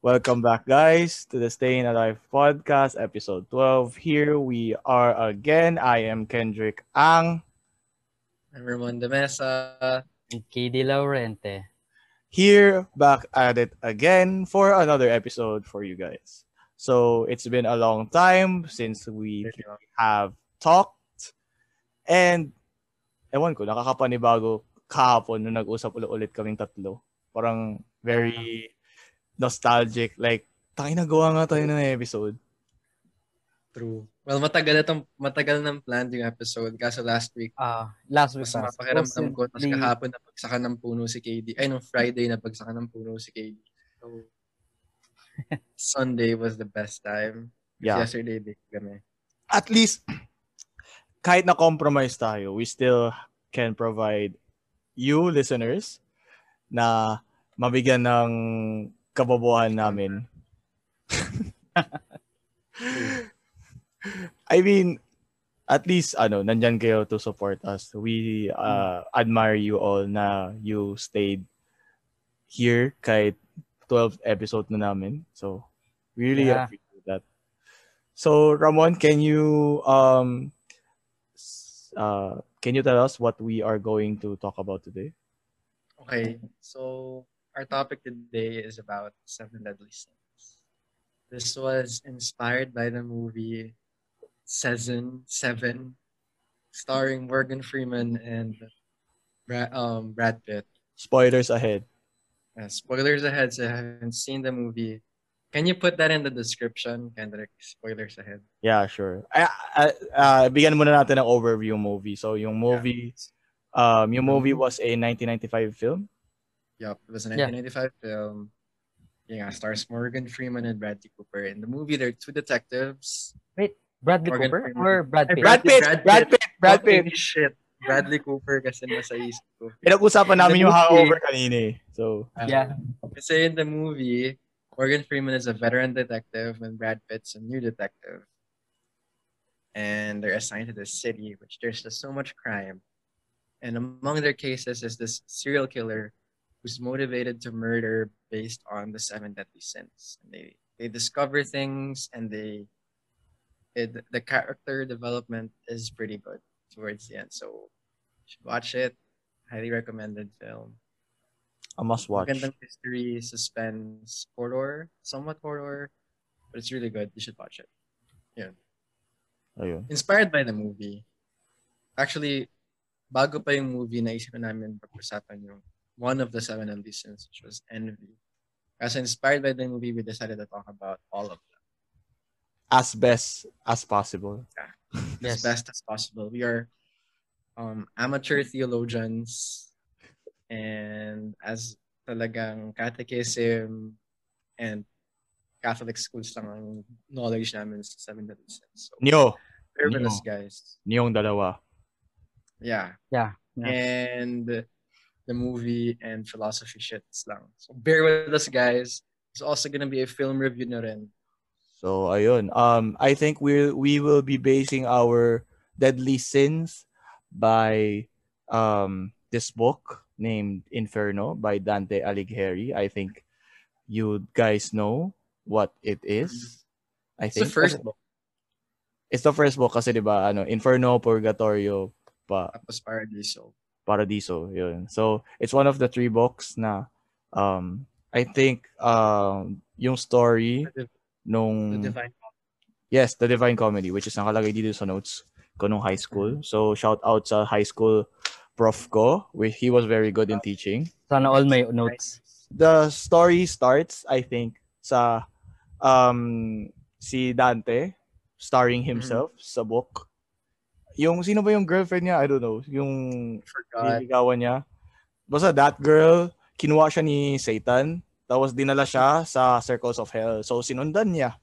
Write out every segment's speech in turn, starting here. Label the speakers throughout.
Speaker 1: Welcome back, guys, to the Staying Alive podcast, episode 12. Here we are again. I am Kendrick Ang.
Speaker 2: I'm Ramon De Mesa.
Speaker 3: KD Laurente.
Speaker 1: Here, back at it again for another episode for you guys. So, it's been a long time since we have talked. And, ewan ko, nakakapanibago kahapon nung nag-usap ulit kaming tatlo. Parang very nostalgic. Like, tayo nagawa nga tayo ng episode.
Speaker 2: True. Well, matagal na tong, matagal nang planned yung episode. Kaso last week,
Speaker 3: Ah, last week
Speaker 2: mas
Speaker 3: pa.
Speaker 2: mapakiramdam ko. Tapos
Speaker 3: Possibly-
Speaker 2: kahapon na pagsakan ng puno si KD. Ay, nung Friday na pagsakan ng puno si KD. So, Sunday was the best time.
Speaker 1: Yeah.
Speaker 2: Yesterday, di kami.
Speaker 1: At least, kahit na compromise tayo, we still can provide you listeners na mabigyan ng kababuhan namin. I mean, at least ano, nandyan kayo to support us. We uh, admire you all na you stayed here kahit 12th episode na namin. So, we really
Speaker 3: Yeah.
Speaker 1: appreciate that. So, Ramon, can you um s- uh can you tell us what we are going to talk about today?
Speaker 2: Okay. So, our topic today is about Seven Deadly Sins. This was inspired by the movie Season 7, starring Morgan Freeman and Brad, um, Brad Pitt.
Speaker 1: Spoilers ahead.
Speaker 2: Uh, spoilers ahead, so if you haven't seen the movie, can you put that in the description, Kendrick? Spoilers ahead.
Speaker 1: Yeah, sure. I, I, uh, bigyan muna natin ng overview movie. So, yung movie um yung movie was a 1995 film.
Speaker 2: Yup, it was a
Speaker 3: Yeah.
Speaker 2: 1995 film. Yeah, stars Morgan Freeman and Bradley Cooper. In the movie, they're two detectives.
Speaker 3: Bradley
Speaker 2: Morgan
Speaker 3: Cooper
Speaker 2: Freeman.
Speaker 3: or Brad
Speaker 2: Ay,
Speaker 3: Pitt?
Speaker 1: Brad Pitt,
Speaker 2: Brad
Speaker 1: Brad Pitt, Brad Pitt.
Speaker 2: Holy shit. Bradley Cooper kasi nasa isip ko.
Speaker 1: Pinag-usapan namin yung
Speaker 2: Movie.
Speaker 1: hangover kanina eh. So,
Speaker 2: Uh,
Speaker 3: Yeah.
Speaker 2: Kasi in the movie, Morgan Freeman is a veteran detective and Brad Pitt's a new detective. And they're assigned to this city, which there's just so much crime. And among their cases is this serial killer who's motivated to murder based on the seven deadly sins. And they, they discover things and they it, the character development is pretty good towards the end. So you should watch it. Highly recommended film.
Speaker 1: I must watch.
Speaker 2: Magandang history, suspense, horror, somewhat horror, but it's really good. You should watch it.
Speaker 1: Ayun.
Speaker 2: Inspired by the movie. Actually, bago pa yung movie, naisip na namin pag-usapan yung one of the seven ambitions, which was Envy. Kasi inspired by the movie, we decided to talk about all of them
Speaker 1: As best as possible.
Speaker 2: as best as possible. We are um, amateur theologians and as talagang catechism and Catholic schools lang ang knowledge namin sa seven deadly sins. So,
Speaker 1: Nyo.
Speaker 2: bear
Speaker 1: Neo.
Speaker 2: with us, guys.
Speaker 1: Niyong dalawa.
Speaker 2: Yeah.
Speaker 3: Yeah, yeah.
Speaker 2: And the movie and philosophy shits lang. So bear with us, guys. It's also gonna be a film review na rin.
Speaker 1: So ayun. Um I think we we will be basing our deadly sins by um this book named Inferno by Dante Alighieri. I think you guys know what it is. I
Speaker 2: Mm-hmm. It's the
Speaker 1: think
Speaker 2: first book.
Speaker 1: It's the first book kasi 'di ba ano Inferno, Purgatorio, pa
Speaker 2: Tapos Paradiso.
Speaker 1: Paradiso, yun. So, it's one of the three books na um I think um yung story
Speaker 3: Mm.
Speaker 2: The Div-
Speaker 1: nung
Speaker 2: the Divine
Speaker 1: Yes, The Divine Comedy, which is nakalagay dito sa notes ko nung high school. So, shout out sa high school prof ko. which He was very good in teaching.
Speaker 3: Sana all may notes.
Speaker 1: The story starts, I think, sa um, si Dante starring himself sa book. Yung, sino ba yung girlfriend niya? I don't know. Yung
Speaker 2: Forgot.
Speaker 1: niligawan niya. Basta that girl, kinuha siya ni Satan. Tapos dinala siya sa circles of hell. So sinundan niya.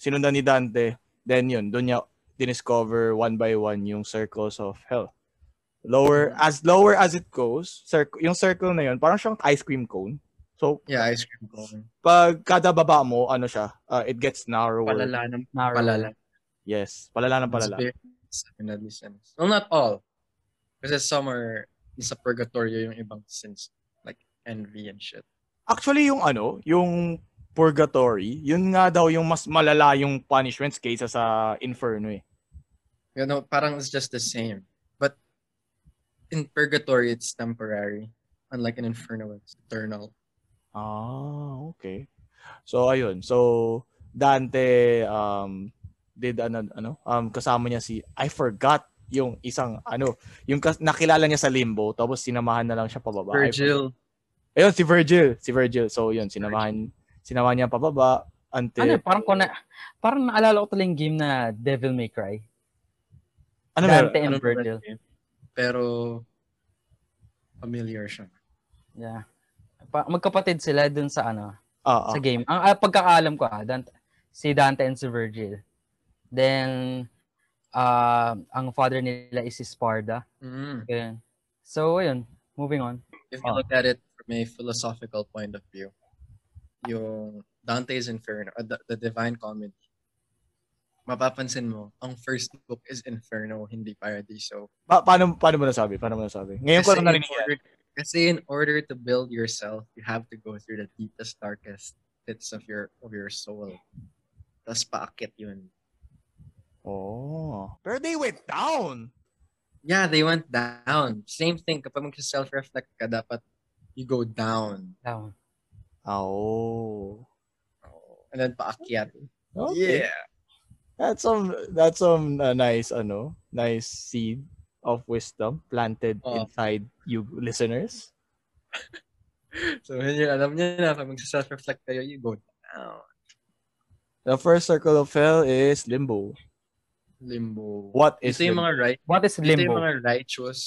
Speaker 1: Sinundan ni Dante. Then yun, doon niya diniscover one by one yung circles of hell. Lower, as lower as it goes, circ- yung circle na yun, parang siyang ice cream cone. So,
Speaker 2: Yeah, ice cream cone.
Speaker 1: pag kada baba mo, ano siya, uh, it gets narrower.
Speaker 2: Palala ng
Speaker 3: Narrow.
Speaker 2: palala.
Speaker 1: Yes, palala ng palala.
Speaker 2: experience in that sense. Well, not all. Kasi some are sa purgatorio yung ibang sins. Like envy and shit.
Speaker 1: Actually, yung ano, yung purgatory, yun nga daw yung mas malala yung punishments kaysa sa inferno eh.
Speaker 2: You know, parang it's just the same. But in purgatory, it's temporary. Unlike in inferno, it's eternal.
Speaker 1: Ah, okay. So ayun. So Dante um did ano ano um kasama niya si I forgot yung isang ano yung kas- nakilala niya sa limbo tapos sinamahan na lang siya pababa. I forgot.
Speaker 2: Virgil,
Speaker 1: Ayun si Virgil, si Virgil. So yun sinamahan sinamahan niya pababa until
Speaker 3: Ano, parang ko na, parang naalala ko talagang game na Devil May Cry.
Speaker 1: ano meron?
Speaker 3: Dante and
Speaker 2: ano ba
Speaker 3: Virgil.
Speaker 2: yun? Pero familiar siya.
Speaker 3: Yeah. Pa- magkapatid sila dun sa ano,
Speaker 1: Ah, ah.
Speaker 3: sa game. Ang ah, pagkakaalam ko ah, Dante, si Dante and si Virgil. Then ah, ang father nila is si Sparda.
Speaker 2: Mm.
Speaker 3: Ganun. So ayun, moving on.
Speaker 2: If you
Speaker 1: Oh.
Speaker 2: look at it from a philosophical point of view, yung Dante's Inferno, or the, the Divine Comedy, mapapansin mo, ang first book is Inferno, hindi Paradiso.
Speaker 1: Pa- paano paano mo nasabi? Paano mo nasabi? Ngayon ko lang narinig. yan.
Speaker 2: order, kasi in order to build yourself, you have to go through the deepest, darkest pits of your of your soul. Tapos paakit yun.
Speaker 1: Oh. Pero they went down.
Speaker 2: Yeah, they went down. Same thing, kapag mag-self-reflect ka, dapat you go down.
Speaker 3: Down.
Speaker 1: Ah, Oh.
Speaker 2: And then paakyat.
Speaker 1: Okay.
Speaker 2: Yeah.
Speaker 1: That's some that's some uh, nice ano, nice seed of wisdom planted
Speaker 2: Oo.
Speaker 1: inside you listeners.
Speaker 2: So, yun yung alam niyo na, pag mag-self-reflect kayo, you go down.
Speaker 1: The first circle of hell is limbo.
Speaker 2: Limbo.
Speaker 1: What is
Speaker 2: Ito yung
Speaker 1: limbo?
Speaker 2: mga right,
Speaker 3: What is
Speaker 2: ito yung
Speaker 3: limbo?
Speaker 2: mga righteous,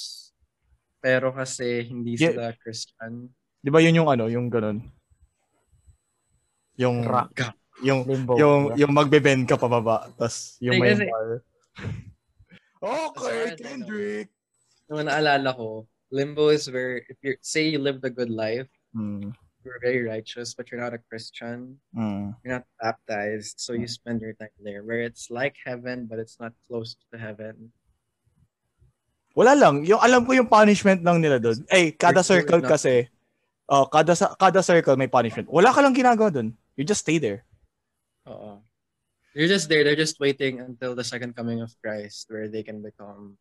Speaker 2: pero kasi hindi
Speaker 1: Yeah.
Speaker 2: sila Christian.
Speaker 1: 'Di ba yun yung ano, yung ganun? Yung
Speaker 3: Rock.
Speaker 1: yung
Speaker 3: Limbo.
Speaker 1: yung
Speaker 3: diba?
Speaker 1: yung magbebend ka pababa tas yung may
Speaker 2: Hindi, kasi- ano,
Speaker 1: bar. Okay,
Speaker 2: As far as I know.
Speaker 1: Kendrick.
Speaker 2: Nung naalala ko, limbo is where, if you say you lived a good life,
Speaker 1: Mm.
Speaker 2: you're very righteous, but you're not a Christian,
Speaker 1: Mm.
Speaker 2: you're not baptized, so you spend your time there. Where it's like heaven, but it's not close to heaven.
Speaker 1: Wala lang. Yung alam ko yung punishment lang nila doon. Eh, kada
Speaker 2: Virtue
Speaker 1: circle
Speaker 2: na-
Speaker 1: kasi, oh, kada sa- kada circle may punishment. Wala ka lang ginagawa doon. You just stay there.
Speaker 2: Oo. You're just there, they're just waiting until the second coming of Christ, where they can become,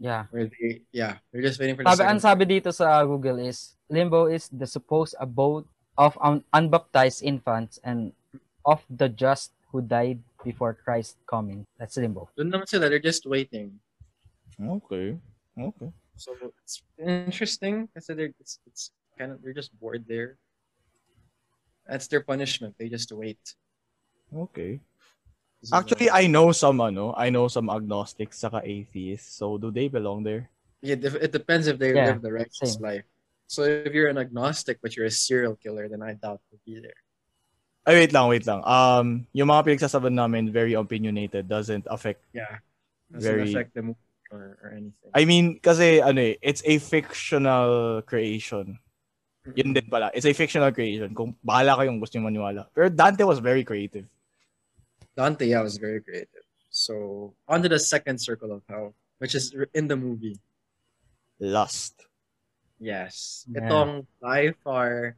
Speaker 3: Yeah.
Speaker 2: where they, yeah, they're just waiting for the
Speaker 3: Sabi, ang
Speaker 2: second
Speaker 3: sabi dito sa Google is, limbo is the supposed abode of un- unbaptized infants and of the just who died before Christ coming. That's limbo.
Speaker 2: Doon naman sila, they're just waiting.
Speaker 1: Okay. Okay.
Speaker 2: So it's interesting kasi they're it's, it's kind of they're just bored there. That's their punishment. They just wait.
Speaker 1: Okay. Actually, I know some ano, I know some agnostics saka atheists. So do they belong there?
Speaker 2: yeah, def- it depends if they
Speaker 3: Yeah,
Speaker 2: live the righteous
Speaker 3: same.
Speaker 2: life. So if you're an agnostic but you're a serial killer, then I doubt you'll be there.
Speaker 1: Ay, wait lang, wait lang. Um, yung mga pinagsasabi namin, very opinionated, doesn't affect.
Speaker 2: Yeah, doesn't
Speaker 1: Very-
Speaker 2: affect the movie or, or anything.
Speaker 1: I mean, kasi, ano eh, it's a fictional creation. Yun din pala. It's a fictional creation. Kung bahala kayong gusto nyo maniwala. Pero Dante was very creative.
Speaker 2: Dante, yeah, was very creative. So onto the second circle of hell, which is r- in the movie.
Speaker 1: Lust.
Speaker 2: Yes,
Speaker 3: Yeah.
Speaker 2: itong by far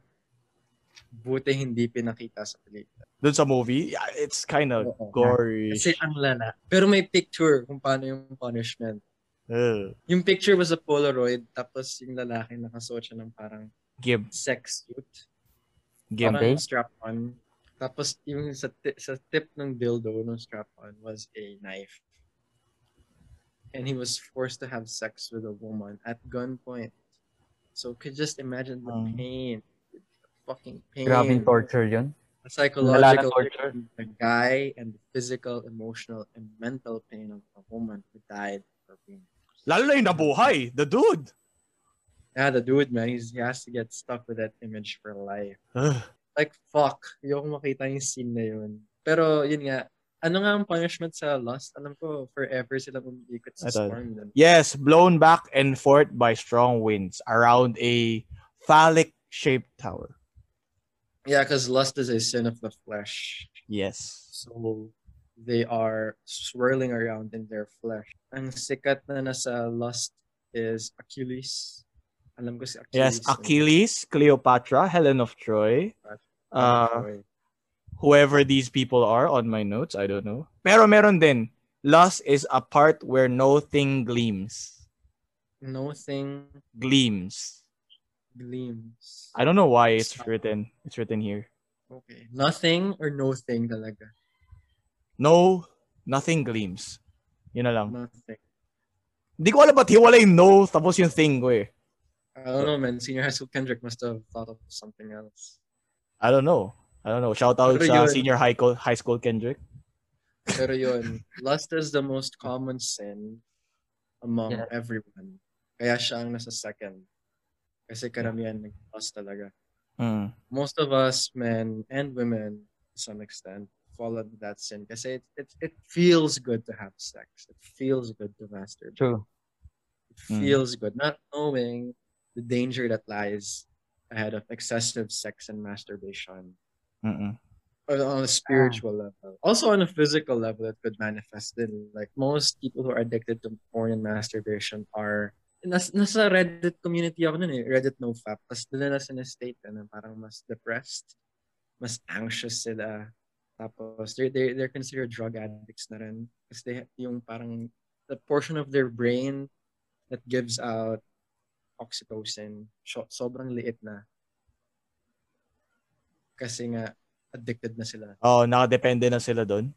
Speaker 2: buti hindi pinakita sa pelikula.
Speaker 1: Dun sa movie, yeah, it's kind of
Speaker 2: Oo.
Speaker 1: gory.
Speaker 2: Kasi ang lala. Pero may picture kung paano yung punishment.
Speaker 1: Ugh.
Speaker 2: Yung picture was a Polaroid, tapos yung lalaki nakasuot siya ng parang
Speaker 1: Gib.
Speaker 2: sex suit.
Speaker 1: Gib.
Speaker 2: Parang
Speaker 3: Okay.
Speaker 2: strap on. Tapos yung sa, ti- sa tip ng dildo ng strap on was a knife. And he was forced to have sex with a woman at gunpoint. So could just imagine the
Speaker 1: Mm.
Speaker 2: pain. The fucking pain.
Speaker 3: Grabing torture yun.
Speaker 2: The psychological
Speaker 3: torture.
Speaker 2: pain of the guy and the physical, emotional, and mental pain of a woman who died for being.
Speaker 1: Lalo na yung nabuhay. The dude.
Speaker 2: Yeah, the dude, man, he's, he has to get stuck with that image for life.
Speaker 1: Ugh.
Speaker 2: Like, fuck. Ayoko makita yung scene na yun. Pero, yun nga. Ano nga ang punishment sa Lost? Alam ko, forever silang umiikot sa
Speaker 1: Ito.
Speaker 2: storm. Dun.
Speaker 1: Yes, blown back and forth by strong winds around a phallic-shaped tower.
Speaker 2: Yeah, because lust is a sin of the flesh.
Speaker 1: Yes.
Speaker 2: So, they are swirling around in their flesh. Ang sikat na nasa Lost is Achilles. Alam ko si Achilles. eh.
Speaker 1: Yes, Achilles, Cleopatra, Helen of Troy,
Speaker 2: Ah, Achilles.
Speaker 1: uh, whoever these people are on my notes. I don't know. Pero meron din. Lust is a part where no thing gleams.
Speaker 2: No thing
Speaker 1: Gleams.
Speaker 2: gleams.
Speaker 1: I don't know why it's written. It's written here.
Speaker 2: Okay. Nothing or no thing talaga.
Speaker 1: No, nothing gleams. Yun na lang.
Speaker 2: Nothing.
Speaker 1: Hindi ko alam ba't hiwalay yung no tapos yung thing ko eh.
Speaker 2: I don't know, man. Senior high school Kendrick must have thought of something else.
Speaker 1: I don't know. I don't know. Shout out
Speaker 2: Pero
Speaker 1: sa
Speaker 2: yun.
Speaker 1: senior high, co- high school Kendrick.
Speaker 2: Pero yun, lust is the most common sin among
Speaker 3: Yeah.
Speaker 2: everyone. Kaya siya ang nasa second. Kasi karamihan nag-lust talaga.
Speaker 1: Mm.
Speaker 2: Most of us, men and women, to some extent, fall under that sin. Kasi it, it, it feels good to have sex. It feels good to masturbate.
Speaker 3: True.
Speaker 2: It
Speaker 1: Mm.
Speaker 2: feels good. Not knowing the danger that lies ahead of excessive sex and masturbation.
Speaker 1: Mm-mm.
Speaker 2: Or on a spiritual level. Also on a physical level, it could manifest in like most people who are addicted to porn and masturbation are nas, nasa Reddit community ako nun eh, Reddit nofap. Tapos nila nasa na state na parang mas depressed, mas anxious sila. Tapos they're, they're, they're considered drug addicts na rin. Kasi they, yung parang the portion of their brain that gives out oxytocin, so, sobrang liit na. Kasi nga, addicted na sila.
Speaker 1: Oh, nakadepende na sila doon.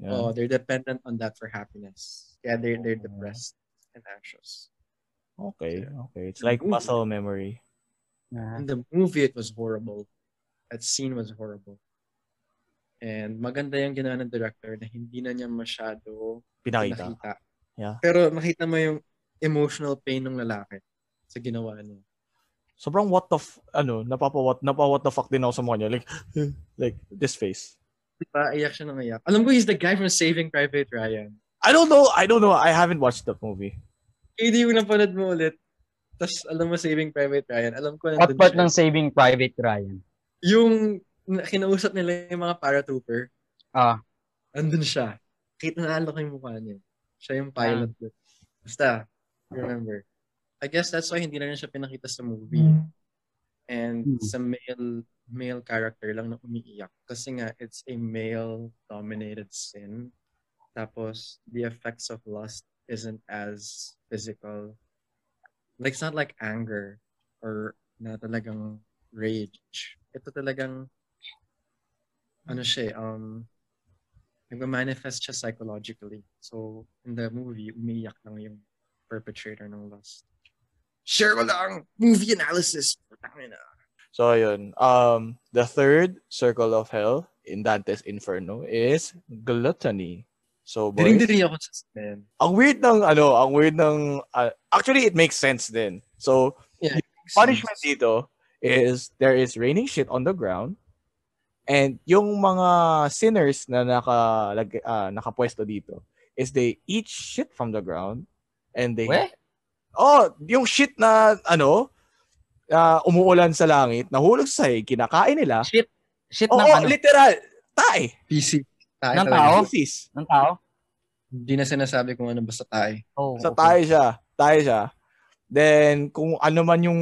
Speaker 2: Oh, they're dependent on that for happiness. Yeah, they're they're
Speaker 1: Oh.
Speaker 2: depressed and anxious.
Speaker 1: Okay, okay. It's like muscle memory.
Speaker 2: In
Speaker 3: Yeah.
Speaker 2: the movie, it was horrible. That scene was horrible. And maganda yung ginawa ng director na hindi na niya masyado
Speaker 1: Pinakita.
Speaker 2: nakita.
Speaker 1: Yeah.
Speaker 2: Pero makita mo yung emotional pain ng lalaki sa ginawa niya.
Speaker 1: Sobrang what the f- ano, napapawat napawat the fuck din ako sa mukha niya. Like like this face.
Speaker 2: Diba, iyak siya ng iyak. Alam ko, he's the guy from Saving Private Ryan.
Speaker 1: I don't know. I don't know. I haven't watched that movie.
Speaker 2: Hindi ko napanood mo ulit. Tapos alam mo Saving Private Ryan. Alam ko
Speaker 3: What
Speaker 2: nandun
Speaker 3: part
Speaker 2: siya.
Speaker 3: ng Saving Private Ryan?
Speaker 2: Yung na- kinausap nila yung mga paratrooper.
Speaker 3: Ah,
Speaker 2: andun siya. Kita na ko yung mukha niya. Siya yung pilot. doon. Basta, remember. I guess that's why hindi na rin siya pinakita sa movie. And
Speaker 3: Hmm.
Speaker 2: sa male male character lang na umiiyak. Kasi nga, it's a male-dominated sin. Tapos, the effects of lust isn't as physical. Like, it's not like anger or na talagang rage. Ito talagang, ano siya eh, um, nagma-manifest siya psychologically. So, in the movie, umiiyak lang yung perpetrator ng lust. Share ko lang! Movie analysis! Putangina.
Speaker 1: So ayun. Um the third circle of hell in Dante's Inferno is gluttony. So boys,
Speaker 2: Diring-diri ako sa sin.
Speaker 1: ang weird ng ano, ang weird ng uh, actually it makes sense then. So punishment dito is there is raining shit on the ground and yung mga sinners na naka lag, ah, nakapwesto dito is they eat shit from the ground and they
Speaker 3: weh?
Speaker 1: oh yung shit na ano na umuulan sa langit nahulog sa sahig kinakain nila
Speaker 3: Shit. Shit
Speaker 1: oo
Speaker 3: ng ano?
Speaker 1: literal tae
Speaker 2: PC. Tayo
Speaker 3: Ng
Speaker 2: talaga.
Speaker 3: tao?
Speaker 1: Pussies.
Speaker 3: ng tao?
Speaker 2: Hindi na sinasabi kung ano, basta tayo.
Speaker 3: Oh,
Speaker 1: Sa
Speaker 3: okay.
Speaker 1: tayo siya. Tayo siya. Then, kung ano man yung...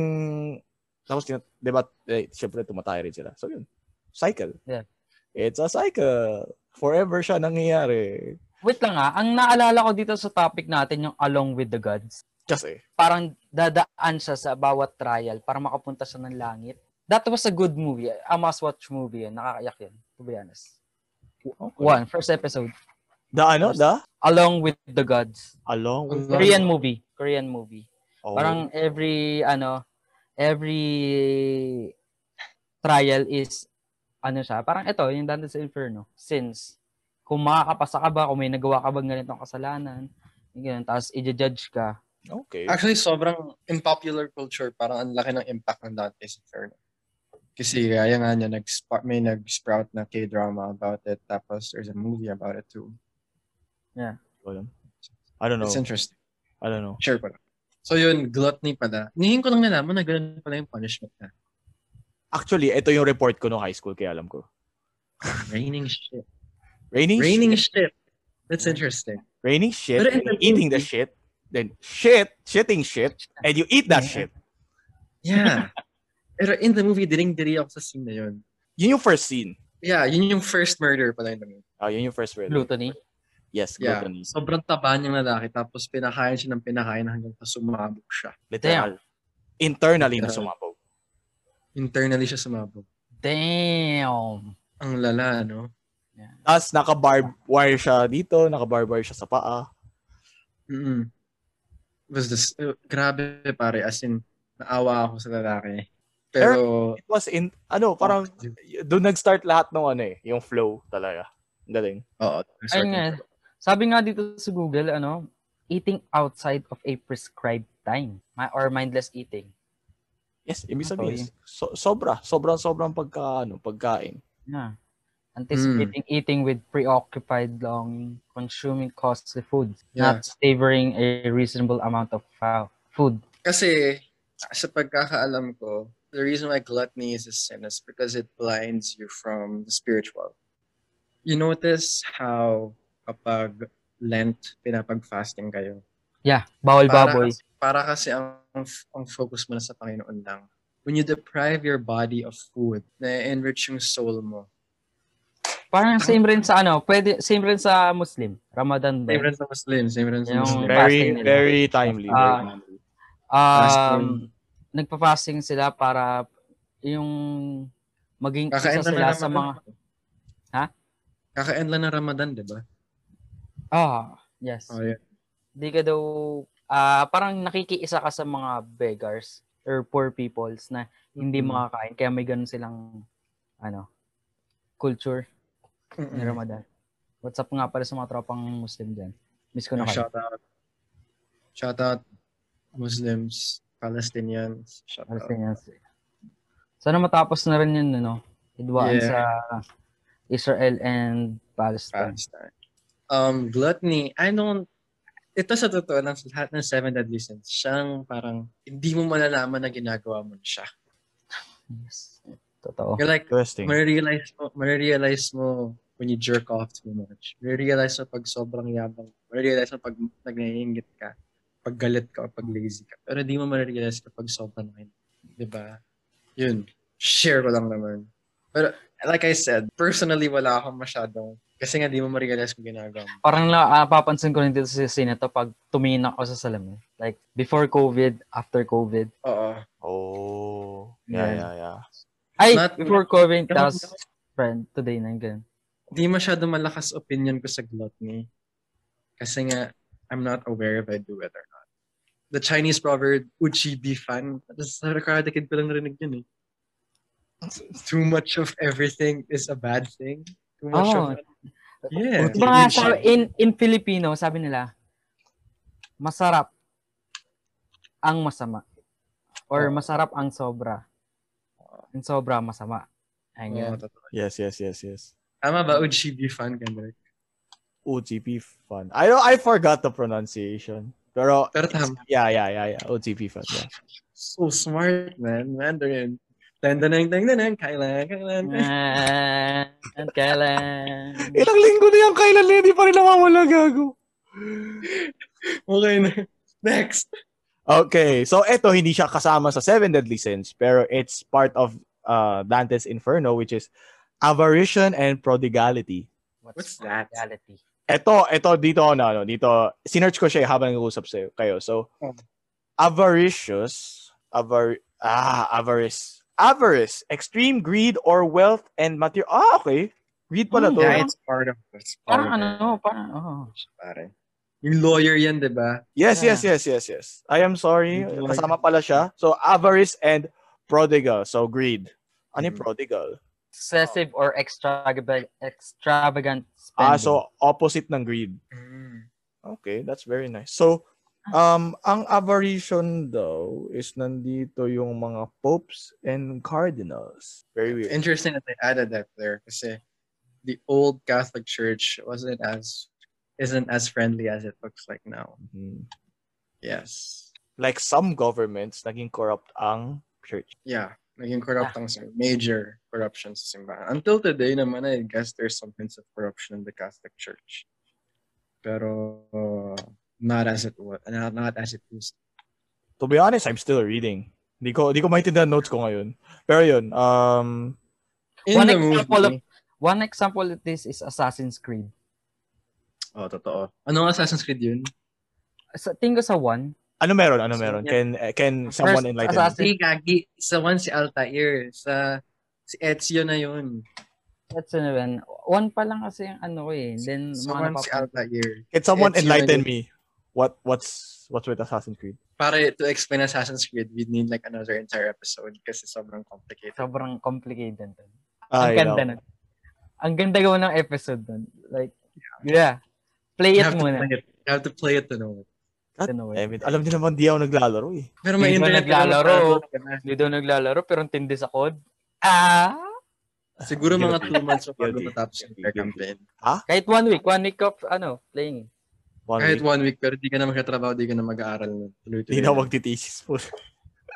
Speaker 1: Tapos, tina- di ba, eh, syempre, tumatay rin sila. So, yun. Cycle.
Speaker 3: Yeah.
Speaker 1: It's a cycle. Forever siya nangyayari.
Speaker 3: Wait lang ah. Ang naalala ko dito sa topic natin yung along with the gods.
Speaker 1: Kasi,
Speaker 3: Parang dadaan siya sa bawat trial para makapunta siya ng langit. That was a good movie. A must-watch movie yun. Nakakayak yun. To be honest.
Speaker 1: okay.
Speaker 3: One, first episode.
Speaker 1: The ano, the?
Speaker 3: Along with the gods.
Speaker 1: Along with the...
Speaker 3: Korean movie. Korean movie.
Speaker 1: Oh.
Speaker 3: Parang every ano, every trial is ano siya, parang ito, yung Dante sa Inferno, since kung makakapasa ka ba, kung may nagawa ka ba ng ganitong kasalanan, yung ganun, tapos i-judge ka.
Speaker 1: Oh, Okay.
Speaker 2: Actually, sobrang in popular culture, parang ang laki ng impact ng Dante's Inferno. Kasi kaya nga niya, nag may nag-sprout na K-drama about it. Tapos there's a movie about it too.
Speaker 1: I don't know.
Speaker 2: It's interesting.
Speaker 1: I don't know.
Speaker 2: Sure pala. So yun, gluttony pala. Nihin ko lang nalaman na ganun pala yung punishment na.
Speaker 1: Actually, ito yung report ko no high school, kaya alam ko.
Speaker 2: Raining shit.
Speaker 1: Raining,
Speaker 2: Raining
Speaker 1: shit.
Speaker 2: shit. That's interesting.
Speaker 1: Raining shit.
Speaker 2: Pero in
Speaker 1: and
Speaker 2: the
Speaker 1: eating the
Speaker 2: movie-
Speaker 1: shit. Then shit. Shitting shit. And you eat that
Speaker 3: Yeah.
Speaker 1: shit.
Speaker 2: Yeah. Pero in the movie, diring-diri ako sa scene na yun.
Speaker 1: Yun yung first scene.
Speaker 2: Yeah, yun yung first murder pala in the movie.
Speaker 1: Oh, yun yung first word.
Speaker 3: Gluttony.
Speaker 1: Yes,
Speaker 2: Yeah.
Speaker 1: gluttony.
Speaker 2: Sobrang taba niyang lalaki tapos pinakain siya ng pinakain hanggang sa sumabog siya.
Speaker 1: Literal. Internally na
Speaker 2: Literal.
Speaker 1: sumabog.
Speaker 2: Internally siya sumabog.
Speaker 3: Damn.
Speaker 2: Ang lala, ano? no?
Speaker 1: Tapos naka-barb wire siya dito, naka-barb wire siya sa paa.
Speaker 2: Mm Was this, uh, grabe pare, as in, naawa ako sa lalaki. Pero,
Speaker 1: It was in, ano, parang doon nag-start lahat ng ano eh, yung flow talaga. Ang galing.
Speaker 2: oo.
Speaker 3: Ayun nga. Sabi nga dito sa Google, ano, eating outside of a prescribed time my, or mindless eating.
Speaker 1: Yes, ibig
Speaker 3: Ah,
Speaker 1: sabihin, so, sobra, sobrang sobrang pagka, ano, pagkain.
Speaker 3: Yeah. Anticipating
Speaker 2: Hmm.
Speaker 3: eating with preoccupied longing, consuming costly foods,
Speaker 2: Yeah.
Speaker 3: not savoring a reasonable amount of fou- food.
Speaker 2: Kasi, sa pagkakaalam ko, the reason why gluttony is a sin is because it blinds you from the spiritual. You notice how kapag Lent, pinapag-fasting kayo.
Speaker 3: Yeah, bawal
Speaker 2: Para
Speaker 3: baboy.
Speaker 2: kasi- Para kasi ang, ang focus mo na sa Panginoon lang. When you deprive your body of food, na-enrich yung soul mo.
Speaker 3: Parang same rin sa ano, pwede same rin sa Muslim, Ramadan ba?
Speaker 2: Same rin sa Muslim. Same rin sa
Speaker 3: Yung-
Speaker 2: Muslim. Ah,
Speaker 1: Very,
Speaker 3: Fasting nila.
Speaker 1: very timely. very
Speaker 3: Ah.
Speaker 1: timely.
Speaker 3: Um, nagpa-fasting sila para yung maging isa
Speaker 2: Kakain lang
Speaker 3: sila
Speaker 2: ng ano.
Speaker 3: sa
Speaker 2: Ramadan.
Speaker 3: mga Ha?
Speaker 2: Kakain lang ng Ramadan, di ba?
Speaker 3: ah, yes.
Speaker 2: Oh, yeah.
Speaker 3: Di ka daw ah parang nakikiisa ka sa mga beggars or poor peoples na hindi
Speaker 2: Mhm.
Speaker 3: makakain kaya may ganun silang ano culture ni
Speaker 2: Mm.
Speaker 3: Ramadan. What's up nga pala sa mga tropang Muslim din. Miss ko na Ano kayo.
Speaker 2: Shout out. Shout out Muslims, Palestinians. Shout out.
Speaker 3: Palestinians. Sana matapos na rin yun, ano? Idwaan
Speaker 2: Yeah.
Speaker 3: sa Israel and Palestine.
Speaker 2: Palestine. Um, gluttony, I don't, ito sa totoo ng lahat ng seven deadly sins, siyang parang hindi mo malalaman na ginagawa mo na siya.
Speaker 3: Yes. Totoo.
Speaker 2: You're like,
Speaker 1: Interesting.
Speaker 2: marirealize mo, marirealize mo when you jerk off too much. Marirealize mo pag sobrang yabang. Marirealize mo pag nagnaingit ka. Pag galit ka, pag lazy ka. Pero di mo marirealize kapag sobrang kain. Di ba? Yun. Share ko lang naman. Pero like I said, personally, wala akong masyadong kasi nga di mo marirealize kung ginagawa mo.
Speaker 3: Parang na, ah, papansin ko rin dito sa scene na to pag tumingin ako sa salamin. Like, before COVID, after COVID.
Speaker 2: Oo.
Speaker 1: Oh. Yeah,
Speaker 2: Yeah.
Speaker 1: yeah, yeah.
Speaker 3: Ay,
Speaker 2: Not-
Speaker 3: before COVID, tapos
Speaker 2: Kasi
Speaker 3: friend, today na yung ganun.
Speaker 2: Di masyado malakas opinion ko sa gluttony. Kasi nga, I'm not aware if I do it or not. The Chinese proverb, uchi be fan. Tapos sa Karate Kid ko lang narinig yun eh. Too much of everything is a bad thing. Too much of...
Speaker 3: Oh.
Speaker 2: Yeah.
Speaker 3: Diba nga, sa- in, in Filipino, sabi nila, masarap ang masama. Or
Speaker 2: Oo.
Speaker 3: masarap ang sobra. Ang sobra, masama. Ayun
Speaker 2: Oo,
Speaker 3: yun.
Speaker 2: totoo.
Speaker 1: Yes, yes, yes, yes.
Speaker 2: Tama ba, uchi be fan, Kendrick?
Speaker 1: OTP fund. I don't, I forgot the pronunciation. Pero,
Speaker 2: Pero tama.
Speaker 1: yeah, yeah, yeah, yeah. OTP fund. Yeah.
Speaker 2: So smart, man. Mandarin. Dang, dang, dang, dang, dang, kailan, kailan.
Speaker 3: Ah, Kailan?
Speaker 1: Ilang linggo na yan, kailan na hindi pa rin nawawala gago.
Speaker 2: Okay na. Next.
Speaker 1: Okay, so eto hindi siya kasama sa Seven Deadly Sins, pero it's part of uh, Dante's Inferno, which is avarition and prodigality.
Speaker 2: What's that?
Speaker 3: Reality.
Speaker 1: Eto, eto dito ako na, ano, dito, sinerch ko siya eh, habang nag-uusap sa'yo, kayo. So,
Speaker 2: Oh.
Speaker 1: avaricious, avar, ah, avarice. Avarice, extreme greed or wealth and material. Ah, okay. Greed pala to.
Speaker 3: Hmm,
Speaker 2: Yeah, it's part of it's part
Speaker 3: Parang
Speaker 2: of it.
Speaker 3: ano, parang, oh.
Speaker 2: Pare. Yung lawyer yan, di ba?
Speaker 1: Yes,
Speaker 3: Yeah.
Speaker 1: yes, yes, yes, yes. I am sorry.
Speaker 2: Hindi ko
Speaker 1: Kasama pala siya. So, avarice and prodigal. So, greed. Ano yung
Speaker 2: Mhm.
Speaker 1: prodigal?
Speaker 3: Excessive or extravagant, extravagant spending.
Speaker 1: Ah, so, opposite ng greed. Okay, that's very nice. So, um, ang avarition daw is nandito yung mga popes and cardinals. Very
Speaker 2: It's
Speaker 1: weird.
Speaker 2: interesting that they added that there kasi the old Catholic Church wasn't as isn't as friendly as it looks like now.
Speaker 1: Mhm.
Speaker 2: Yes.
Speaker 1: Like some governments, naging corrupt ang church.
Speaker 2: Yeah. Naging corrupt ang sim- major corruption sa simbahan. Until today naman, I guess there's some hints of corruption in the Catholic Church. Pero uh, not as it was, not, not as it used.
Speaker 1: To be honest, I'm still reading. Hindi ko, hindi ko maintindihan notes ko ngayon. Pero yun, um,
Speaker 2: In
Speaker 3: One
Speaker 2: the
Speaker 3: example
Speaker 2: movie,
Speaker 3: One example of this is Assassin's Creed.
Speaker 2: Oh, totoo. Ano Assassin's Creed yun?
Speaker 3: Sa tingin ko sa one,
Speaker 1: Ano meron? Ano
Speaker 2: So,
Speaker 1: meron?
Speaker 2: yeah.
Speaker 1: Can eh, can someone
Speaker 3: First,
Speaker 1: enlighten
Speaker 3: assassin.
Speaker 1: me?
Speaker 2: Hindi, Gagi. Sa one si Altair. Sa si Ezio na yun.
Speaker 3: that's ano yun. One pa lang kasi yung ano ko eh. Then,
Speaker 2: Sa
Speaker 3: mga
Speaker 2: one si
Speaker 3: napap-
Speaker 2: Altair.
Speaker 1: Can someone
Speaker 2: Ezio
Speaker 1: enlighten
Speaker 2: na yun.
Speaker 1: me? What what's what's with Assassin's Creed?
Speaker 2: Para to explain Assassin's Creed, we need like another entire episode kasi sobrang complicated.
Speaker 3: sobrang complicated. nun. Ang
Speaker 1: I
Speaker 2: Ah,
Speaker 3: ganda
Speaker 1: know.
Speaker 3: nun. Ang ganda gawa ng episode nun. Like, yeah. Play
Speaker 2: You
Speaker 3: it
Speaker 2: have to
Speaker 3: muna.
Speaker 2: play it. You have to play it to know. it.
Speaker 1: God
Speaker 3: Ano eh.
Speaker 1: damn it. Alam niyo naman di ako naglalaro eh.
Speaker 2: Pero may
Speaker 3: Hindi mo
Speaker 2: internet.
Speaker 3: naglalaro.
Speaker 2: ka na.
Speaker 3: Hindi daw naglalaro, pero ang tindi sa code. Ah!
Speaker 2: Siguro mga
Speaker 1: Guilty.
Speaker 2: two months pa bago
Speaker 1: Guilty.
Speaker 2: matapos yung fair
Speaker 1: Guilty.
Speaker 2: campaign.
Speaker 3: Kahit one week. One week of, ano, playing.
Speaker 1: One
Speaker 2: Kahit
Speaker 1: week.
Speaker 2: one week, pero di ka na magkatrabaho, di ka na mag-aaral. na. Tuloy-tuloy.
Speaker 1: Di na magtitesis po.